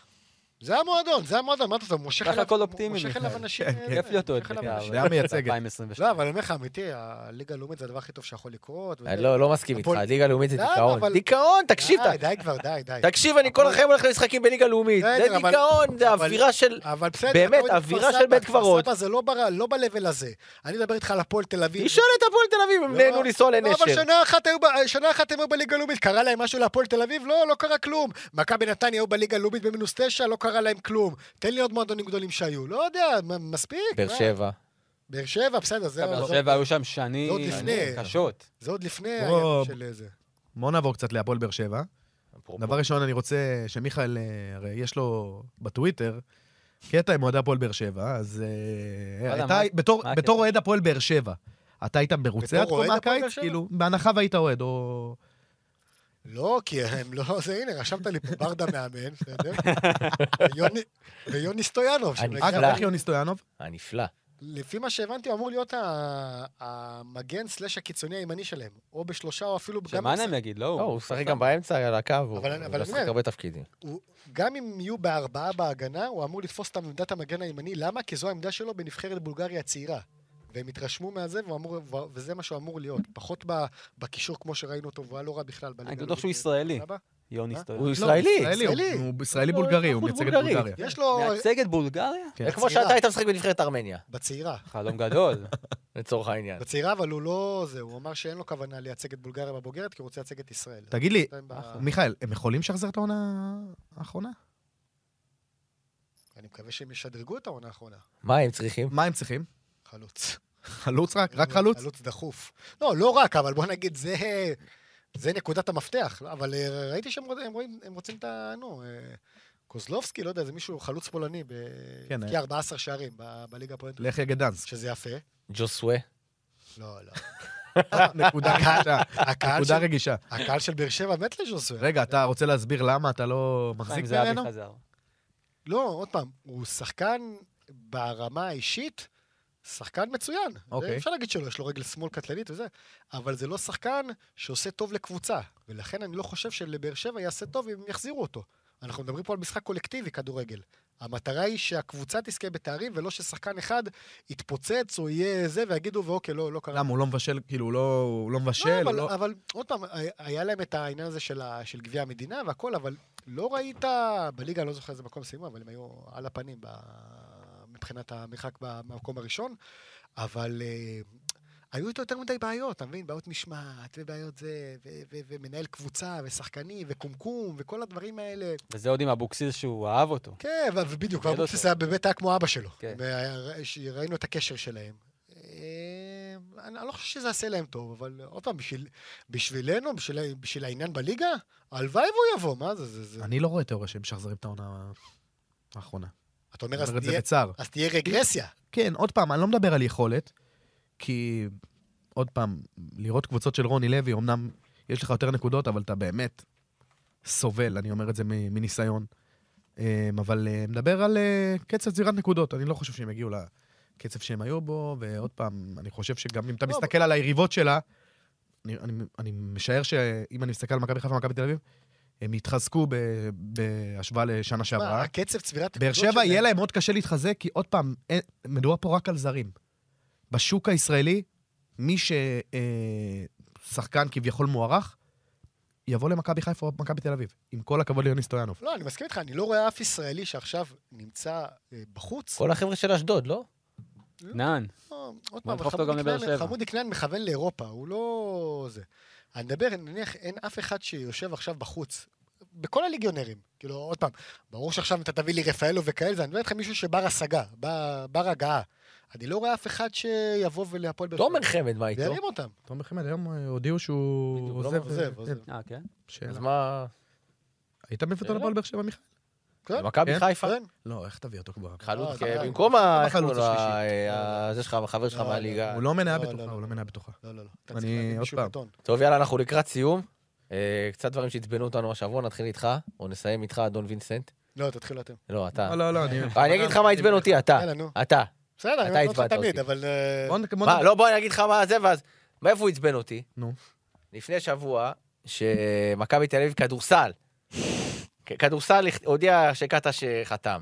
D: זה המועדון, זה המועדון, מה אתה אתה מושך
F: ככה
D: אליו
F: הכל אופטימי,
D: מושך
F: מיכאל.
D: אליו אנשים...
E: כן,
D: אה,
E: כן.
F: כיף להיות אוהד
D: מושך אליו
F: בית"ר.
D: אנשים.
E: זה המייצג.
F: 2022.
D: לא, אבל אני אומר לך, אמיתי, הליגה הלאומית זה הדבר הכי טוב שיכול לקרות.
A: אני לא, לא מסכים איתך,
D: הפועל-
A: ליגה לאומית זה
D: למה?
A: דיכאון.
D: אבל-
A: דיכאון, תקשיב,
D: די,
A: ת-
D: די כבר, די, די.
A: תקשיב, אני כל החיים הולך למשחקים בליגה לאומית. זה
D: בסדר, אבל-
A: דיכאון, זה
D: אבל-
A: אווירה של...
D: אבל בסדר,
A: באמת,
D: אתה אוהד את
A: אווירה
D: כפר
A: של
D: סבא,
A: בית קברות.
D: כפר סבא זה לא בר- לא ב-level הזה. אני מדבר איתך על הפועל תל אביב.
A: תשאל את הפועל תל אביב, הם
D: לא,
A: נהנו לנסוע
D: לא, אבל
A: לנשר.
D: שנה אחת היו ב- שנה אחת הם היו בליגה הלאומית, קרה להם משהו להפועל תל אביב? לא, לא קרה כלום. מכבי נתניה היו בליגה הלאומית במינוס תשע, לא קרה להם כלום. תן לי עוד מועדונים גדולים שהיו. לא יודע, מ- מספיק.
A: באר
D: מה?
A: שבע.
D: באר שבע, בסדר, זה
F: באר
D: זה-
F: שבע היו שם
D: זה לא. עוד
F: שנים
D: לפני.
F: קשות.
D: זה עוד לפני
E: בוא-
D: הימים של זה.
E: בואו נעבור קצת להפועל באר שבע. דבר ראשון, אני רוצה שמיכאל, אה, הרי יש לו בטוויטר קטע עם אוהדי הפועל באר שבע, אז אה,
F: וואלה,
E: הייתה-
F: לא מה-
E: בתור-
F: מה הקטע?
E: בתור אוהד הפועל באר שבע, אתה היית מרוצה
D: בתור
E: עד כה
D: אוהד הפועל באר
E: מהקיץ?
D: שבע?
E: כאילו, בהנחה והיית אוהד, או...
D: לא, כי הם לא... זה, הנה, רשמת לי פה ברדה מאמן, בסדר? ויוני- ויוני סטויאנוב.
A: אני-
D: שמגיע-
E: אגב,
A: לא.
E: איך יוני סטויאנוב?
A: הנפלא.
D: לפי מה שהבנתי, הוא אמור להיות ה- המגן סלאש הקיצוני הימני שלהם. או בשלושה, או אפילו... גם-
F: שמה להם יגיד, לא
A: לא,
F: הוא.
A: הוא שחק גם באמצע, על הקו, הוא
D: אבל אני- אבל אני
A: משחק
D: אומר-
A: הרבה תפקידים.
D: הוא- גם אם יהיו בארבעה בהגנה, הוא אמור לתפוס את עמדת המגן הימני. למה? כי זו העמדה שלו בנבחרת בולגריה הצעירה. והם התרשמו מהזה, והוא אמור- ו- וזה מה שהוא אמור להיות. פחות ב- בקישור כמו שראינו אותו, והוא היה לא רע בכלל. בליגה
F: אני בטוח
D: הלאומית.
F: שהוא ישראלי,
D: סבבה?
F: יוני
D: מה?
F: סטויאן.
A: הוא ישראלי.
E: לא, ישראלי. הוא- הוא ישראלי
A: לא,
E: בולגרי, הוא
A: אזרחות
E: מייצג את
A: בולגרית.
E: בולגריה.
F: כן.
D: יש לו...
F: מייצג את בולגריה?
E: כן.
A: זה כמו
D: בצעירה.
A: שאתה היית משחק בנבחרת ארמניה,
D: בצעירה.
F: חלום גדול.
A: לצורך העניין.
D: בצעירה, אבל הוא לא... זה, הוא אמר שאין לו כוונה לייצג את בולגריה בבוגרת, כי הוא רוצה לייצג את ישראל.
E: תגיד לי,
D: בינתיים ב-
F: נכון.
E: מיכאל, הם יכולים לשחזר את העונה האחרונה?
D: אני מקווה שהם ישדרגו את העונה האחרונה.
A: מה הם צריכים?
E: מה הם צריכים?
D: חלוץ.
E: חלוץ רק? רק חלוץ?
D: חלוץ דחוף. לא, לא רק, אבל בוא נגיד, זה... זה נקודת המפתח. לא, אבל אה, ראיתי שהם רוצים, הם רואים- הם רוצים את ה... נו, אה, קוזלובסקי, לא יודע, זה מישהו, חלוץ פולני, ב-
E: כן,
D: הבקיע
E: אה. לא.
D: 14 שערים ב- בליגה הפולנית,
E: לך יגדנס.
D: שזה יפה.
A: ג'וסווה.
D: לא, לא.
E: נקודה רגישה.
D: הקהל
E: נקודה
D: של-
E: רגישה.
D: הקהל של באר שבע מת לז'וסווה.
E: רגע, אתה רוצה להסביר למה אתה לא מחזיק
F: חיים זהבי
E: ממנו?
F: חזר.
D: לא, עוד פעם, הוא שחקן ברמה האישית, שחקן מצוין.
E: אוקיי.
D: אפשר להגיד שלא, יש לו רגל שמאל קטלנית וזה, אבל זה לא שחקן שעושה טוב לקבוצה, ולכן אני לא חושב שלבאר שבע יעשה טוב אם יחזירו אותו. אנחנו מדברים פה על משחק קולקטיבי, כדורגל. המטרה היא שהקבוצה תזכה בתארים, ולא ששחקן אחד יתפוצץ או יהיה זה, ויגידו, ואוקיי, לא, לא קרה.
E: למה, הוא לא מבשל, כאילו, הוא לא- הוא לא
D: לא,
E: מבשל? הוא
D: אבל,
E: לא-
D: אבל עוד פעם, היה- היה להם את העניין הזה של, ה- של גביע המדינה והכל, אבל לא ראית, בליגה אני לא זוכר איזה מקום סיימו, אבל הם היו על הפנים ב, מבחינת המרחק במקום הראשון, אבל אה, היו איתו יותר מדי בעיות, אתה מבין? בעיות משמעת, ובעיות זה, ו, ו, ומנהל קבוצה, ושחקני, וקומקום, וכל הדברים האלה.
F: וזה עוד עם אבוקסיס שהוא אהב אותו.
D: כן, ו- ובדיוק,
F: גידל
D: ואבוקסיס
F: אותו.
D: היה באמת היה כמו אבא שלו.
F: כן.
D: וה- ש- ראינו את הקשר שלהם. אה, אני אני לא חושב שזה יעשה להם טוב, אבל עוד פעם, בשביל- בשבילנו, בשביל- בשביל העניין בליגה, הלוואי והוא יבוא, מה זה? זה- זה-
E: אני לא רואה תיאוריה שהם משחזרים את העונה האחרונה.
D: אתה אומר,
E: אני
D: אז
E: אומר את זה
D: תהיה-
E: בצער.
D: אז תהיה רגרסיה.
E: כן, עוד פעם, אני לא מדבר על יכולת, כי עוד פעם, לראות קבוצות של רוני לוי, אמנם יש לך יותר נקודות, אבל אתה באמת סובל, אני אומר את זה מ- מניסיון. אמ, אבל אה, מדבר על אה, קצב צבירת נקודות, אני לא חושב שהם יגיעו לקצב שהם היו בו, ועוד פעם, אני חושב שגם אם אתה
D: לא,
E: מסתכל על היריבות שלה, אני, אני, אני משער שאם אני מסתכל על מכבי חיפה ומכבי תל אביב, הם יתחזקו ב, בהשוואה לשנה
D: מה,
E: שעברה.
D: הקצב צבירת...
E: באר
D: הנקודות
E: שבע יהיה
D: שלהם-
E: להם מאוד קשה להתחזק, כי עוד פעם, אין- מדובר פה רק על זרים. בשוק הישראלי, מי ששחקן כביכול מוערך, יבוא למכבי חיפה או מכבי תל אביב. עם כל הכבוד ליוני סטויאנוב.
D: לא, אני מסכים איתך, אני לא רואה אף ישראלי שעכשיו נמצא אה, בחוץ.
A: כל החבר'ה של אשדוד, לא?
F: נען.
D: לא, עוד
F: בוא
D: פעם,
F: נדחוף אותו גם
D: חמודי
F: לבאר
D: כנען-
F: שבע.
D: חמודי כנען מכוון לאירופה, הוא לא... זה. אני מדבר, נניח, אין אף אחד שיושב עכשיו בחוץ. בכל הליגיונרים, כאילו, עוד פעם, ברור שעכשיו אתה תביא לי רפאלו וכאלה, זה, אני מדבר איתך מישהו שבר השגה, בר, בר הגעה. אני לא רואה אף אחד שיבוא ולהפועל באר
A: תומר חמד, מה איתו?
D: וירים אותם.
E: תומר חמד, היום אה, הודיעו שהוא
A: בדיוק, לא
E: עוזב.
D: עוזב,
E: אה,
D: עוזב.
E: אה,
F: אה, כן?
E: שאלה.
A: אז מה...
E: היית מביא אותו
A: אה,
E: לפועל באר שבע, מיכאל?
D: כן,
A: מכבי
E: כן.
A: חיפה?
D: כן.
E: לא, איך תביא אותו כבר?
A: חלוץ,
D: אה,
A: כן,
D: אה,
A: במקום ה... איך
E: החלוץ
A: קוראים לו?
E: השלישי.
A: ה- ה- זה שלך, החבר שלך
D: לא, לא,
A: מהליגה.
E: הוא לא מניה
D: לא,
E: בטוחה,
D: לא,
E: הוא
D: לא.
E: לא מניה בטוחה.
D: לא, לא, לא. אתה
E: אני-
D: צריך להביא
E: עוד
D: מישהו
E: פעם.
D: בטון.
A: טוב, יאללה, אנחנו לקראת סיום. אה, קצת דברים שעצבנו אותנו השבוע, נתחיל איתך, או נסיים איתך, אדון וינסנט.
D: לא, תתחילו אתם.
A: לא, אתה.
E: לא, לא, לא, אני...
A: אני אגיד לך מה עצבן אותי, אתה.
D: יאללה, נו.
A: אתה.
D: בסדר,
A: אתה
D: אני אומר אותך
A: הצבעת
D: תמיד,
A: אותי.
D: אבל... אה,
E: בוא נ- בוא נ-
A: מה, לא, בוא אני אגיד לך מה זה, ואז... מאיפה הוא עצבן אותי?
E: נו.
A: לפני שבוע, שמכבי תל אביב כדורסל. כ- כדורסל הכ- הודיע שקטש אה, חתם.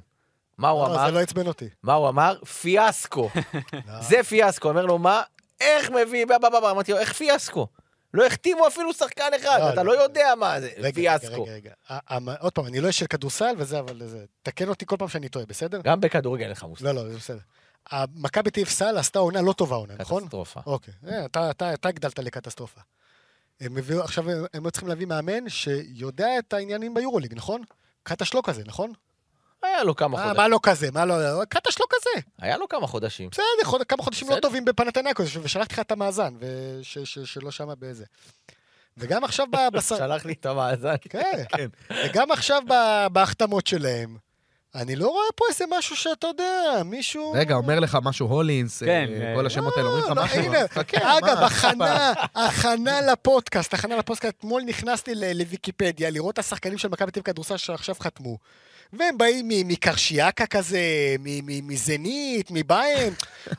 A: מה הוא
D: לא, זה
A: אמר?
D: לא עצבן אותי.
A: מה הוא אמר? פיאסקו.
D: לא.
A: זה פיאסקו. אומר לו, מה? איך מביא... בא, בא, בא, בא. אמרתי לו, איך פיאסקו? לא החתימו אפילו שחקן אחד,
D: לא,
A: אתה
D: לא,
A: לא יודע מה זה.
D: רגע, רגע,
A: פיאסקו.
D: רגע, רגע. ה- המ- עוד פעם, אני לא איש של כדורסל וזה, אבל זה... תקן אותי כל פעם שאני טועה, בסדר?
A: גם בכדורגל אין לך מושג.
D: לא, לא, זה בסדר. מכבי תל אביב סל עשתה עונה לא טובה עונה, נכון?
A: קטסטרופה.
D: אוקיי, אה, אתה- אתה אתה הגדלת לקטסטרופה. הם הביאו, עכשיו הם- הם היו צריכים להביא מאמן שיודע את העניינים ביורוליג, נכון? קטש לא כזה, נכון?
A: היה לו כמה
D: אה,
A: חודשים.
D: מה לא כזה? מה לא... קטש לא כזה!
A: היה לו כמה חודשים.
D: בסדר, חוד- כמה חודשים לא
A: בסדר.
D: טובים בפנתנקוס, ושלחתי לך את המאזן, וש- ש- שלא שמע באיזה. וגם עכשיו ב- בס-
A: שלח לי את המאזן.
D: כן.
E: כן.
D: וגם עכשיו ב- בהחתמות שלהם, אני לא רואה פה איזה משהו שאתה יודע, מישהו...
E: רגע, אומר לך משהו, הולינס, אה,
F: כן,
E: כל
F: אה,
E: השמות האלה, אומרים לך
D: לא,
E: משהו.
D: הנה,
E: אז חכה,
D: אגב,
E: מה?
D: הכנה, הכנה לפודקאסט, הכנה לפודקאסט, אתמול נכנסתי ל- לוויקיפדיה לראות את השחקנים של מכבי תל אביב כדורסל שעכשיו חתמו. והם באים מ- מקרשיאקה כזה, מ- מ- מזנית, מביים,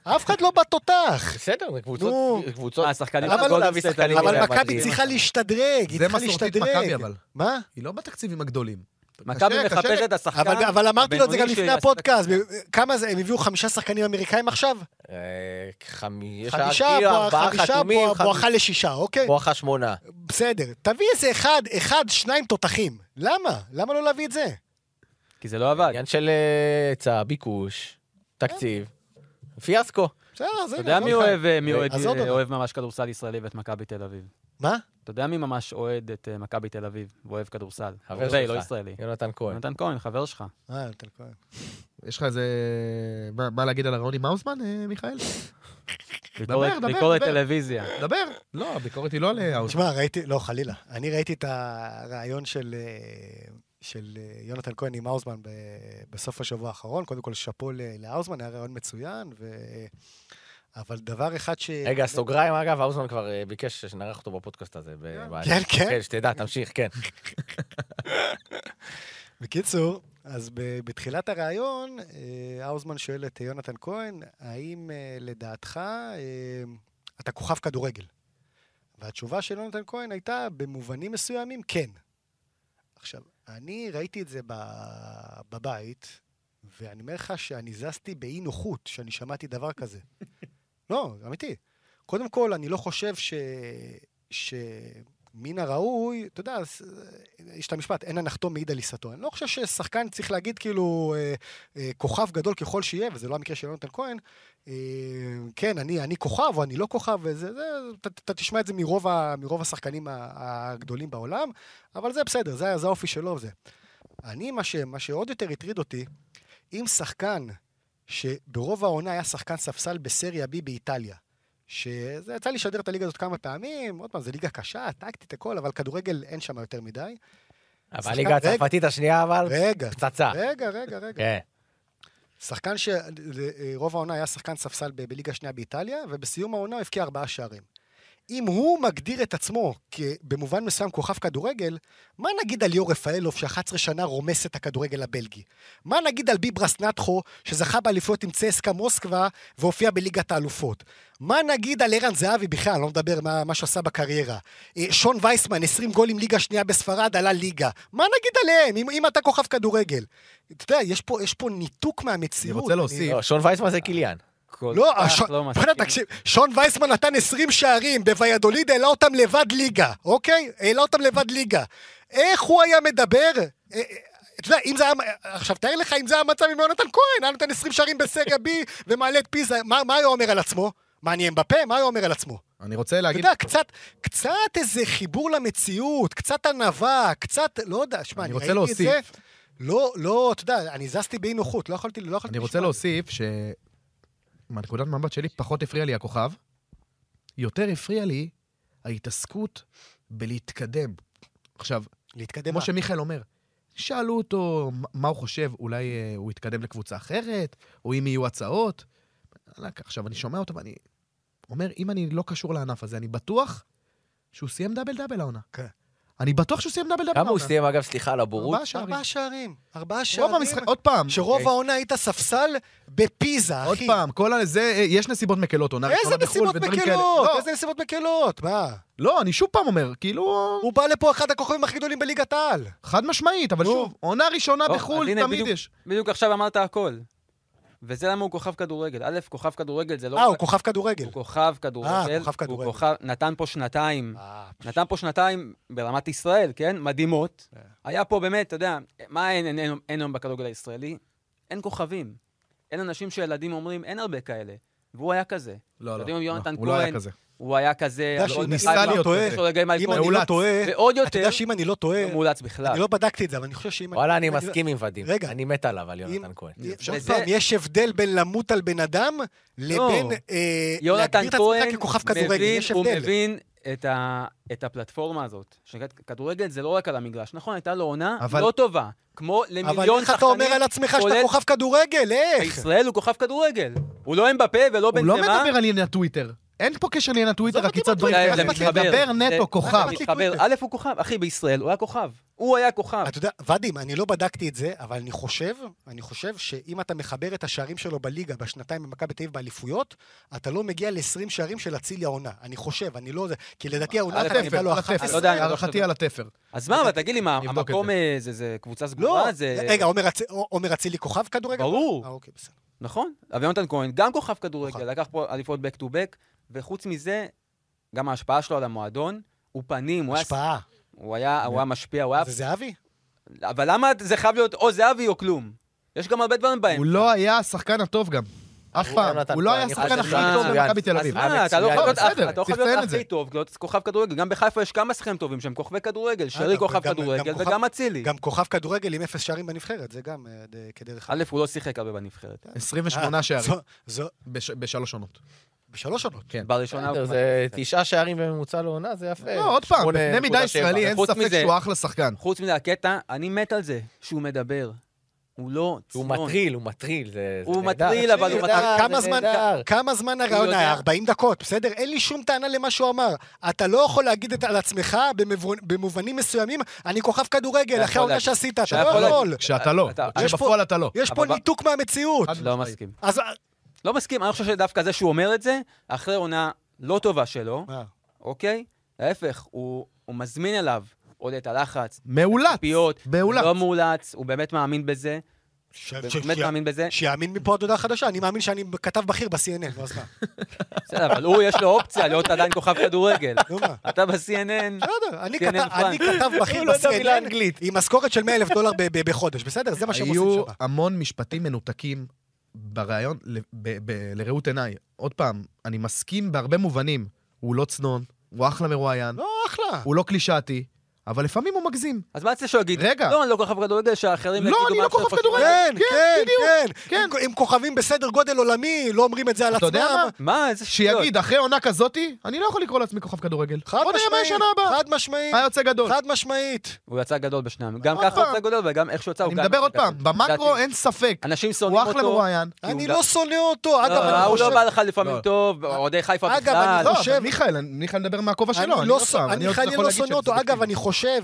D: אף אחד לא בתותח.
A: בסדר, זה קבוצות...
D: נו.
A: קבוצות...
F: אה, השחקנים
A: למה
D: של
A: לא
F: גולדן
A: להביא
F: סטייט
A: שחקנים
F: אני
D: אבל
F: יודע,
D: מכבי
F: מדהים.
D: צריכה להשתדרג, היא
E: זה
D: צריכה
E: מסורתית
D: להשתדרג.
E: מכבי, אבל.
D: מה?
E: היא לא בתקציבים הגדולים.
F: מכבי
E: קשה,
F: מחפשת
E: קשה.
F: את השחקן.
D: אבל, אבל אמרתי לו את זה גם
F: הבינוני
D: לפני
F: שיעשה את
D: הפודקאסט, כמה זה, הם הביאו חמישה שחקנים אמריקאים עכשיו?
A: אה, חמי- יש
D: חמישה,
A: עד כאילו
D: בוא-
A: ארבעה
D: חמישה,
A: חתומים,
D: בוא-
A: חמ-
D: בואכה לשישה, אוקיי?
A: בואכה שמונה.
D: בסדר. תביא איזה אחד, אחד, שניים תותחים. למה? למה לא להביא את זה?
F: כי זה לא עבד.
A: עניין של אה, היצע, ביקוש, תקציב, פיאסקו.
D: בסדר, זה...
F: אתה יודע מי אוהב אה, מי אוהד-
D: אז עוד
F: אה,
D: דבר.
F: אוהב ממש כדורסל ישראלי ואת מכבי תל אביב?
D: מה?
F: אתה יודע מי ממש אוהד את אה, מכבי תל אביב ואוהב כדורסל?
A: חבר
F: אוקיי,
A: שלך. כן,
F: לא ישראלי.
A: יונתן כהן.
F: נתן כהן, חבר שלך.
D: אה, נתן כהן.
E: יש לך איזה... מה- מה להגיד על רוני מאוסמן, אה, מיכאל?
F: ביקורת-
E: דבר,
F: ביקורת
E: דבר.
F: טלוויזיה.
E: דבר. לא, הביקורת היא לא על האוס.
D: תשמע, ראיתי, לא, חלילה. אני ראיתי את הרעיון של... אה, של אה, יונתן כהן עם האוזמן ב- בסוף השבוע האחרון. קודם כל, שאפו ל- להאוזמן, היה רעיון מצוין, ו... אבל דבר אחד ש...
A: רגע, סוגריים, אגב, האוזמן כבר אה, ביקש שנארח אותו בפודקאסט הזה. ב- בעתיד.
D: כן, כן.
A: כן, שתדע, תמשיך, כן.
D: בקיצור, אז ב- בתחילת הראיון, אה, האוזמן שואל את יונתן כהן, האם אה, לדעתך אה, אתה כוכב כדורגל? והתשובה של יונתן כהן הייתה, במובנים מסוימים, כן. עכשיו, אני ראיתי את זה ב- בבית, ואני אומר לך שאני זזתי באי נוחות שאני שמעתי דבר כזה. לא, זה אמיתי. קודם כל, אני לא חושב ש... שמן הראוי, אתה יודע, ס- יש את המשפט, אין הנחתו מעיד על עיסתו. אני לא חושב ששחקן צריך להגיד כאילו, אה, אה, כוכב גדול ככל שיהיה, וזה לא המקרה של יונתן כהן, אה, כן, אני, אני כוכב או אני לא כוכב, וזה, זה, אתה, אתה תשמע את זה מרוב, ה, מרוב השחקנים ה- הגדולים בעולם, אבל זה בסדר, זה, זה האופי שלו וזה. אני, מה, ש, מה שעוד יותר הטריד אותי, אם שחקן שברוב העונה היה שחקן ספסל בסריה B באיטליה, שזה יצא לי לשדר את הליגה הזאת כמה פעמים, עוד פעם, זו ליגה קשה, טקטית, הכל, אבל כדורגל אין שם יותר מדי.
A: אבל
D: שחקן-
A: הליגה
D: רגע.
A: הצרפתית השנייה, אבל,
D: רגע,
A: פצצה.
D: רגע, רגע, רגע.
A: כן.
D: שחקן שרוב העונה היה שחקן ספסל ב- בליגה שנייה באיטליה, ובסיום העונה הוא הבקיע ארבעה שערים. אם הוא מגדיר את עצמו כבמובן מסוים כוכב כדורגל, מה נגיד על ליאור רפאלוב ש-11 שנה רומס את הכדורגל הבלגי? מה נגיד על ביברס נטחו שזכה באליפויות עם צסקה מוסקבה והופיע בליגת האלופות? מה נגיד על ערן זהבי בכלל, אני לא מדבר מה, מה שעשה בקריירה. אה, שון וייסמן, 20 גולים ליגה שנייה בספרד, עלה ליגה. מה נגיד עליהם, אם, אם אתה כוכב כדורגל? אתה יודע, יש פה, יש פה ניתוק מהמציאות.
E: רוצה להוסיף.
A: לא, שון וייסמן זה קיליאן.
F: כל
D: לא,
F: כך
D: השו-
F: לא
D: בוא'נה,
F: מסכים.
D: תקשיב, שון וייסמן נתן 20 שערים בוויאדוליד, העלה אותם לבד ליגה, אוקיי? העלה אותם לבד ליגה. איך הוא היה מדבר? אה, אה, אתה יודע, אם זה היה... עכשיו, תאר לך אם זה היה המצב עם יונתן כהן, היה נותן 20 שערים בסריה B ומעלה את פיזה, מה מה היה אומר על עצמו? מה אני אמבפה? מה היה אומר על עצמו?
E: אני רוצה
D: אתה
E: להגיד,
D: יודע, קצת, קצת איזה חיבור למציאות, קצת ענווה, קצת, לא יודע, שמע,
E: אני
D: אני
E: רוצה
D: ראיתי את זה.
E: להוסיף.
D: לא, לא, אתה יודע, אני זזתי באי נוחות, לא יכולתי, לא יכולתי
E: אני רוצה
D: לשמוע.
E: להוסיף ש... מהנקודת מבט שלי פחות הפריע לי הכוכב, יותר הפריע לי ההתעסקות בלהתקדם. עכשיו,
D: להתקדם.
E: כמו
D: מה?
E: שמיכאל אומר, שאלו אותו מה- מה הוא חושב, אולי אה, הוא יתקדם לקבוצה אחרת, או אם יהיו הצעות. וואלכ, עכשיו, אני שומע אותו ואני אומר, אם אני לא קשור לענף הזה, אני בטוח שהוא סיים דאבל דאבל העונה.
D: כן.
E: אני בטוח שהוא סיים דאבל דאבל
A: כמה הוא
E: העונה.
A: סיים, אגב, סליחה על הבורות?
E: ארבעה שערים.
D: ארבעה שערים. ארבעה
E: רוב
D: שערים.
E: המשחק, עוד פעם,
D: שרוב העונה היית ספסל בפיזה, אחי.
E: עוד פעם, כל ה- זה, אה, יש נסיבות מקלות, עונה
D: איזה
E: ראשונה בחו"ל
D: נסיבות
E: ודברים כאלה.
D: מקלות?
E: לא,
D: איזה נסיבות מקלות? מה?
E: לא, אני שוב פעם אומר, כאילו,
D: הוא בא לפה אחד הכוכבים הכי גדולים בליגת העל.
E: חד משמעית, אבל
D: נו.
E: שוב, עונה ראשונה
F: או, אוקיי, אז
E: בחו"ל,
F: הנה,
E: תמיד
F: בדיוק-
E: יש.
F: בדיוק עכשיו אמרת הכל. וזה למה הוא כוכב כדורגל. א', כוכב כדורגל זה לא...
D: אה, הוא כוכב כדורגל.
F: הוא כוכב כדורגל.
D: אה, כוכב
F: הוא
D: כדורגל.
F: כוכב... נתן פה שנתיים.
D: אה,
F: נתן פה שנתיים ברמת ישראל, כן? מדהימות.
D: כן.
F: היה פה באמת, אתה יודע, מה אין- אין אין- אין היום בכדורגל הישראלי? אין כוכבים. אין אנשים שילדים אומרים, אין הרבה כאלה. והוא היה כזה.
E: לא,
F: יודעים, יונתן
E: הוא לא היה
F: כהן,
E: כזה.
F: הוא היה כזה...
D: אתה יודע
F: על-
E: שניסה
F: על-
E: להיות
F: על-
E: כזה.
F: יש לו רגעים
D: אם אני
F: אייקונים.
D: לא
E: מאולץ.
D: טועה...
F: ועוד
D: אתה
F: יותר,
D: יודע שאם אני לא טועה...
F: הוא מאולץ בכלל.
D: אני לא בדקתי את זה, אבל אני חושב שאם...
A: וואלה, אני
D: אם
A: מסכים עם ודים.
D: רגע.
A: אני מת עליו, על
D: אם-
A: יונתן כהן.
D: עוד
F: וזה-
D: פעם, יש הבדל בין למות על בן אדם לבין אה,
F: יונתן
D: להגדיר את עצמך
F: כהן
D: ככוכב כדורגל.
F: מבין,
D: יש
F: הוא
D: הבדל.
F: מבין את, ה, את הפלטפורמה הזאת. שנקראת כדורגל זה לא רק על המגרש. נכון, הייתה לו עונה
E: אבל-
F: לא טובה, כמו
D: אבל
F: למיליון
D: איך אתה אומר על
F: שחקנים.
D: עצמך שאתה
F: כולל-
D: כוכב כדורגל? איך?
F: ישראל הוא כוכב כדורגל. הוא לא אמבפה ולא
E: הוא לא
F: בנזמה.
E: מדבר על ענייני הטוויטר. אין פה קשר לענייני הטוויטר,
D: עזוב
E: רק
D: אותי
E: קצת דברים.
D: בטוויטר,
E: כאלה.
F: אה, זה מתחבר.
E: מדבר
F: זה-
E: נטו, כוכב.
F: זה מתחבר. א', הוא כוכב. אחי, בישראל הוא היה כוכב. הוא היה כוכב.
D: אה, אתה יודע, ואדים, אני לא בדקתי את זה, אבל אני חושב, אני חושב שאם אתה מחבר את השערים שלו בליגה בשנתיים במכבי תל אביב באליפויות, אתה לא מגיע ל-20 שערים של אצילי העונה. אני חושב, אני לא... כי לדעתי
F: אה,
D: העונה
E: על
D: אחת הייתה
E: התפר,
D: לו
E: על התפר.
D: 11.
F: לא יודע, אני לא
E: הערכתי
F: חושב.
E: על התפר.
F: אז מה, אבל תגיד לי, מה,
E: נבדוק את
F: המקום
E: זה.
F: אה, זה- זה קבוצה סגורה?
D: לא,
F: זה...
D: רגע, עומר אצ- עומר אצילי כוכב כדורגל?
F: ברור.
D: אה, אוקיי, בסדר.
F: נכון. אבל יונתן כהן, גם כוכב כדורגל,
D: כוכב.
F: לקח פה אליפות back to back, וחוץ מזה, גם ההשפעה שלו על המועדון, הוא פנים, הוא היה
D: השפעה.
F: הוא היה, הוא היה משפיע, הוא היה...
D: זה זהבי?
F: אבל למה זה חייב להיות או זהבי או כלום? יש גם הרבה דברים בהם.
E: הוא לא היה השחקן הטוב גם. אף
A: הוא
E: פעם.
A: יונתן
E: הוא לא
A: כהן,
E: היה
A: אני
E: השחקן
F: חושב
E: הכי
F: שזה
E: טוב
A: מצוין.
E: במכבי תל
F: אז
E: אביב.
F: מה, אתה לא
A: מצוין,
F: יכול להיות
E: בסדר,
F: אח- אתה לא יכול
E: תציין
F: להיות
E: את זה.
F: הכי טוב, להיות כוכב כדורגל. גם בחיפה יש כמה שחקנים טובים שהם כוכבי כדורגל. שרי
D: אגב,
F: כוכב
D: וגם-
F: כדורגל
D: גם כוכב-
F: וגם אצילי.
D: גם כוכב כדורגל עם אפס שערים בנבחרת, זה גם אה, ד- כדרך...
F: א', הוא לא שיחק הרבה בנבחרת.
E: 28 שערים
D: אה, זו- זו...
E: בש- בשלוש עונות.
D: בשלוש עונות.
E: כן.
F: בראשונה...
A: בסדר,
F: הוא-
A: זה תשעה שערים בממוצע לעונה, זה יפה.
E: לא, עוד פעם,
A: אה, שמונה
E: בקנה מידה
A: נקודה שבע.
E: ישראלי, אין
F: חוץ
E: ספק
F: מזה-
E: שהוא אחלה שחקן.
F: חוץ מזה, הקטע, אני מת על זה שהוא מדבר. הוא לא
A: הוא
F: ציון.
A: מטריל, הוא מטריל, זה זה
F: הוא
A: נהדר.
F: מטריל, אבל הוא
A: נהדר,
F: מטריל.
A: זה
D: כמה זמן,
A: נהדר.
D: כמה זמן הרעיון
F: יודע.
D: היה? 40 דקות, בסדר? אין לי שום טענה למה שהוא אמר. אתה לא יכול להגיד את- על עצמך במבו- במובנים מסוימים, אני כוכב כדורגל,
F: אתה
D: אחרי
F: יכול
D: העונה
F: להגיד.
D: שעשית,
F: אתה
D: אתה
F: יכול
D: לא
F: להגיד.
D: יכול.
E: כשאתה לא.
F: אתה-
D: יש פה-
E: כשבפועל אתה לא.
D: יש
F: אבל
D: פה
F: ב-
D: ניתוק מהמציאות.
E: עד-
F: לא מסכים.
D: אז...
F: לא מסכים, אני חושב שדווקא זה שהוא אומר את זה, אחרי עונה לא טובה שלו,
D: מה?
F: אוקיי? ההפך, הוא הוא מזמין אליו עוד את הלחץ,
E: מאולץ.
F: ציפיות,
E: מאולץ.
F: לא מאולץ, הוא באמת מאמין בזה,
D: ש- ש-
F: באמת
D: שיה-
F: מאמין בזה.
D: שיאמין מפה עד הודעה חדשה, אני מאמין שאני כתב בכיר ב-CNN, נו, אז מה?
F: בסדר, אבל הוא, יש לו אופציה להיות עדיין כוכב כדורגל.
D: נו מה?
F: אתה ב-CNN,
D: בסדר, אני
F: CNN
D: כתב- אני
F: פריים.
D: כתב בכיר
A: הוא לא יודע מילה
D: ב-CNN
A: אנגלית.
D: עם משכורת של 100 אלף דולר ב- ב- בחודש, בסדר? זה מה שהם עושים
E: היו
D: שם.
E: המון משפטים מנותקים בריאיון, ל- ב- ב- לראות עיניי. עוד פעם, אני מסכים בהרבה מובנים. הוא לא צנון, הוא אחלה מרואיין,
D: לא, אחלה.
E: הוא לא קלישאתי, אבל לפעמים הוא מגזים.
F: אז מה אתה שהוא יגיד?
E: רגע.
F: לא, אני לא כוכב כדורגל, שהאחרים
E: לא,
F: יגידו
E: אני
F: מה
E: לא
F: שאתה
E: כוכב
F: חושב."
E: כדורגל.
D: כן,
E: כן,
D: כן, כן.
E: כן.
D: עם- עם כוכבים בסדר גודל עולמי, לא אומרים את זה על
E: אתה יודע
D: עצמם. לא.
E: מה?
F: מה, איזה שטויות.
E: שיגיד, אחרי עונה כזאתי, אני לא יכול לקרוא לעצמי כוכב כדורגל.
D: חד
E: בוא נראה מה יש
D: משמעית,
E: שנה הבאה.
D: חד משמעית,
E: מה יוצא גדול.
D: חד משמעית.
F: הוא יצא גדול בשניים. גם
E: עוד
F: ככה הוא
E: פעם.
F: יצא גדול, וגם איך שהוא יצא, הוא
E: אני
F: גם...
E: מדבר
F: יצא
E: עוד פעם,
F: גדול.
E: במקרו
F: לדעתי.
E: אין ספק.
F: אנשים שונאים
E: הוא
F: אותו.
E: אחלה מרואיין.
F: כי הוא
D: אני
F: גם-
D: לא שונא אותו, אגב,
F: לא,
D: אני
F: הוא לא
D: חושב...
F: בא לך לפעמים
E: לא.
F: טוב, אוהדי חיפה
D: אגב,
F: בכלל.
D: אני
E: לא,
D: חושב-
E: אבל מיכאל, אני- מיכאל מדבר מהכובע שלו,
D: אני לא ס-
E: שם.
D: אני
E: עוד
D: חלילה
E: יכול
D: לא
E: להגיד
D: שונא
E: שזה
D: אותו. אגב,
E: סובייקטיבי.
D: אני חושב,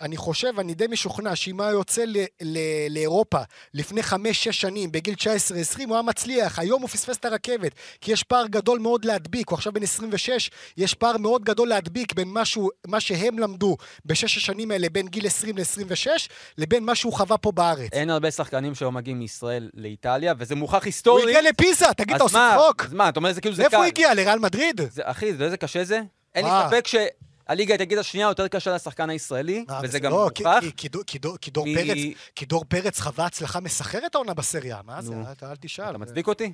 D: אני חושב, אני די משוכנע שאם היה יוצא ל- ל- לאירופה לפני 5-6 שנים, בגיל 19-20, הוא היה מצליח. היום הוא פספס את הרכבת, כי יש פער גדול מאוד להדביק. הוא עכשיו בן 26, יש פער מאוד גדול להדביק בין משהו, מה שהם למדו בשש השנים האלה, בין גיל 20 ל-26, לבין מה שהוא חווה פה בארץ.
F: אין הרבה שחקנים שהיום מגיעים מישראל לאיטליה, וזה מוכח
D: הוא
F: היסטורית.
D: הגיע לפיזה, תגיד, אתה
F: אז מה-
D: עושה צחוק?
F: אז מה, אתה אומר, זה כאילו זה קל.
D: איפה הוא הגיע? לריאל מדריד?
F: זה- אחי, זה איזה קשה זה? אין לי
D: מה?
F: ספק שהליגה תגיד השנייה יותר קשה לשחקן הישראלי,
D: אה,
F: וזה
D: בסדר.
F: גם
D: לא,
F: מוכח.
D: כי- כי- כי דור- כי דור- כי דור
F: מ-
D: פרץ, כי דור פרץ חווה הצלחה מסחררת העונה בסריה, מה זה?
F: נו.
D: אל- אל תשאל.
F: אתה מצדיק אותי?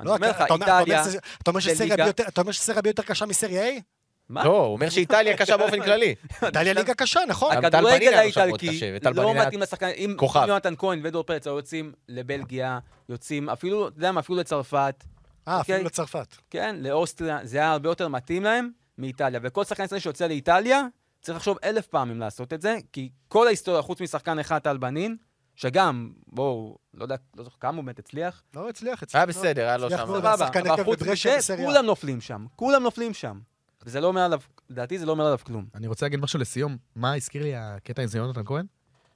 F: אני
D: לא,
F: אומר לך,
D: אתה- אתה אומר- אתה אומר
F: איטליה...
D: שזה- אתה אומר
F: זה
D: שסריה
F: ליגה.
D: ביותר- אתה אומר שסריה ביותר קשה מסריה A?
F: מה?
A: לא, הוא אומר שאיטליה קשה באופן כללי.
D: איטליה ליגה קשה, נכון?
A: גם טל
F: הכדורגל
A: בנינה עכשיו מאוד
F: האיטלקי
A: קשה, וטל
F: לא
A: בנינה-
F: מתאים לשחקן, אם
A: כוכב.
F: יונתן כהן ודור פרץ היו יוצאים לבלגיה, יוצאים אפילו, אתה יודע מה, אפילו לצרפת,
D: אה, אפילו
F: אוקיי.
D: לצרפת.
F: כן, לאוסטריה, זה היה הרבה יותר מתאים להם מאיטליה. וכל שחקן ישראלי שיוצא לאיטליה, צריך לחשוב אלף פעמים לעשות את זה, כי כל ההיסטוריה, חוץ משחקן אחד, טל בנין, שגם, בואו, לא יודע, לא זוכר כמה הוא באמת הצליח,
D: לא הצליח, הצליח.
A: היה בסדר, היה לו
D: הצליח
A: שם.
D: מאוד.
F: סבבה,
D: לא, שחקן
F: אבל
D: הרכב
F: חוץ
D: ודרשן
F: מזה,
D: בסריה.
F: כולם נופלים שם, כולם נופלים שם. וזה לא אומר עליו, לדעתי זה לא אומר עליו כלום.
E: אני רוצה להגיד משהו לסיום. מה הזכיר לי הקטע עם זה יונתן כהן?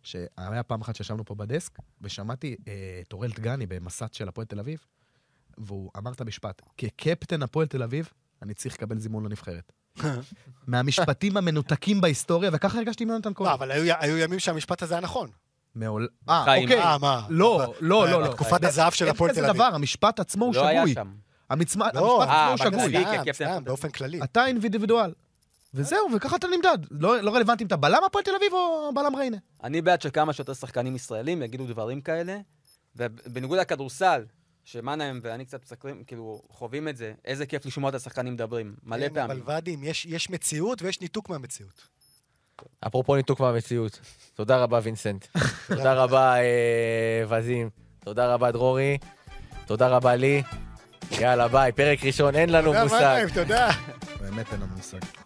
E: שהיה פעם אחת שישבנו פה בדסק, ושמעתי אה, את אוראל דגני במסע של הפועל תל אביב, והוא אמר את המשפט, כקפטן הפועל תל אביב, אני צריך לקבל זימון לנבחרת. מהמשפטים המנותקים בהיסטוריה, וככה הרגשתי עם יונתן
D: לא,
E: כהן.
D: אבל היו- היו ימים שהמשפט הזה היה נכון.
E: מעול... אה,
F: חיים.
E: אוקיי.
D: אה, מה? אה,
E: לא, לא, לא, לא.
D: בתקופת הזהב של הפועל תל
E: אין
D: אביב.
E: כזה דבר, המשפט עצמו הוא
F: לא היה
E: שגוי.
F: שם.
E: המצמ- המשפט
D: לא,
E: עצמו
F: אה,
E: הוא
F: אבל זה
E: שגוי.
F: לי,
D: סתם,
F: כקפטן.
D: סתם, באופן כללי.
E: אתה אינדיבידואל. וזהו, וככה אתה נמדד. לא, לא רלוונטי אם אתה בלם הפועל תל אביב או בלם ריינה.
F: אני בעד שכמה שיותר שחקנים ישראלים יגידו דברים כאלה, ובניגוד לכדורסל, שמאנהם ואני קצת מסקרים, כאילו, חווים את זה, איזה כיף לשמוע את השחקנים מדברים, מלא
D: כן,
F: פעמים. לא
D: אבל ואדים, יש- יש מציאות ויש ניתוק מהמציאות.
A: אפרופו ניתוק מהמציאות. תודה רבה, וינסנט. תודה רבה, אה, וזים. תודה רבה, דרורי. תודה רבה לי. יאללה, ביי. פרק ראשון, אין לנו
D: אתה יודע,
A: מושג.
D: מה, אתה יודע.
E: באמת אין לנו מושג.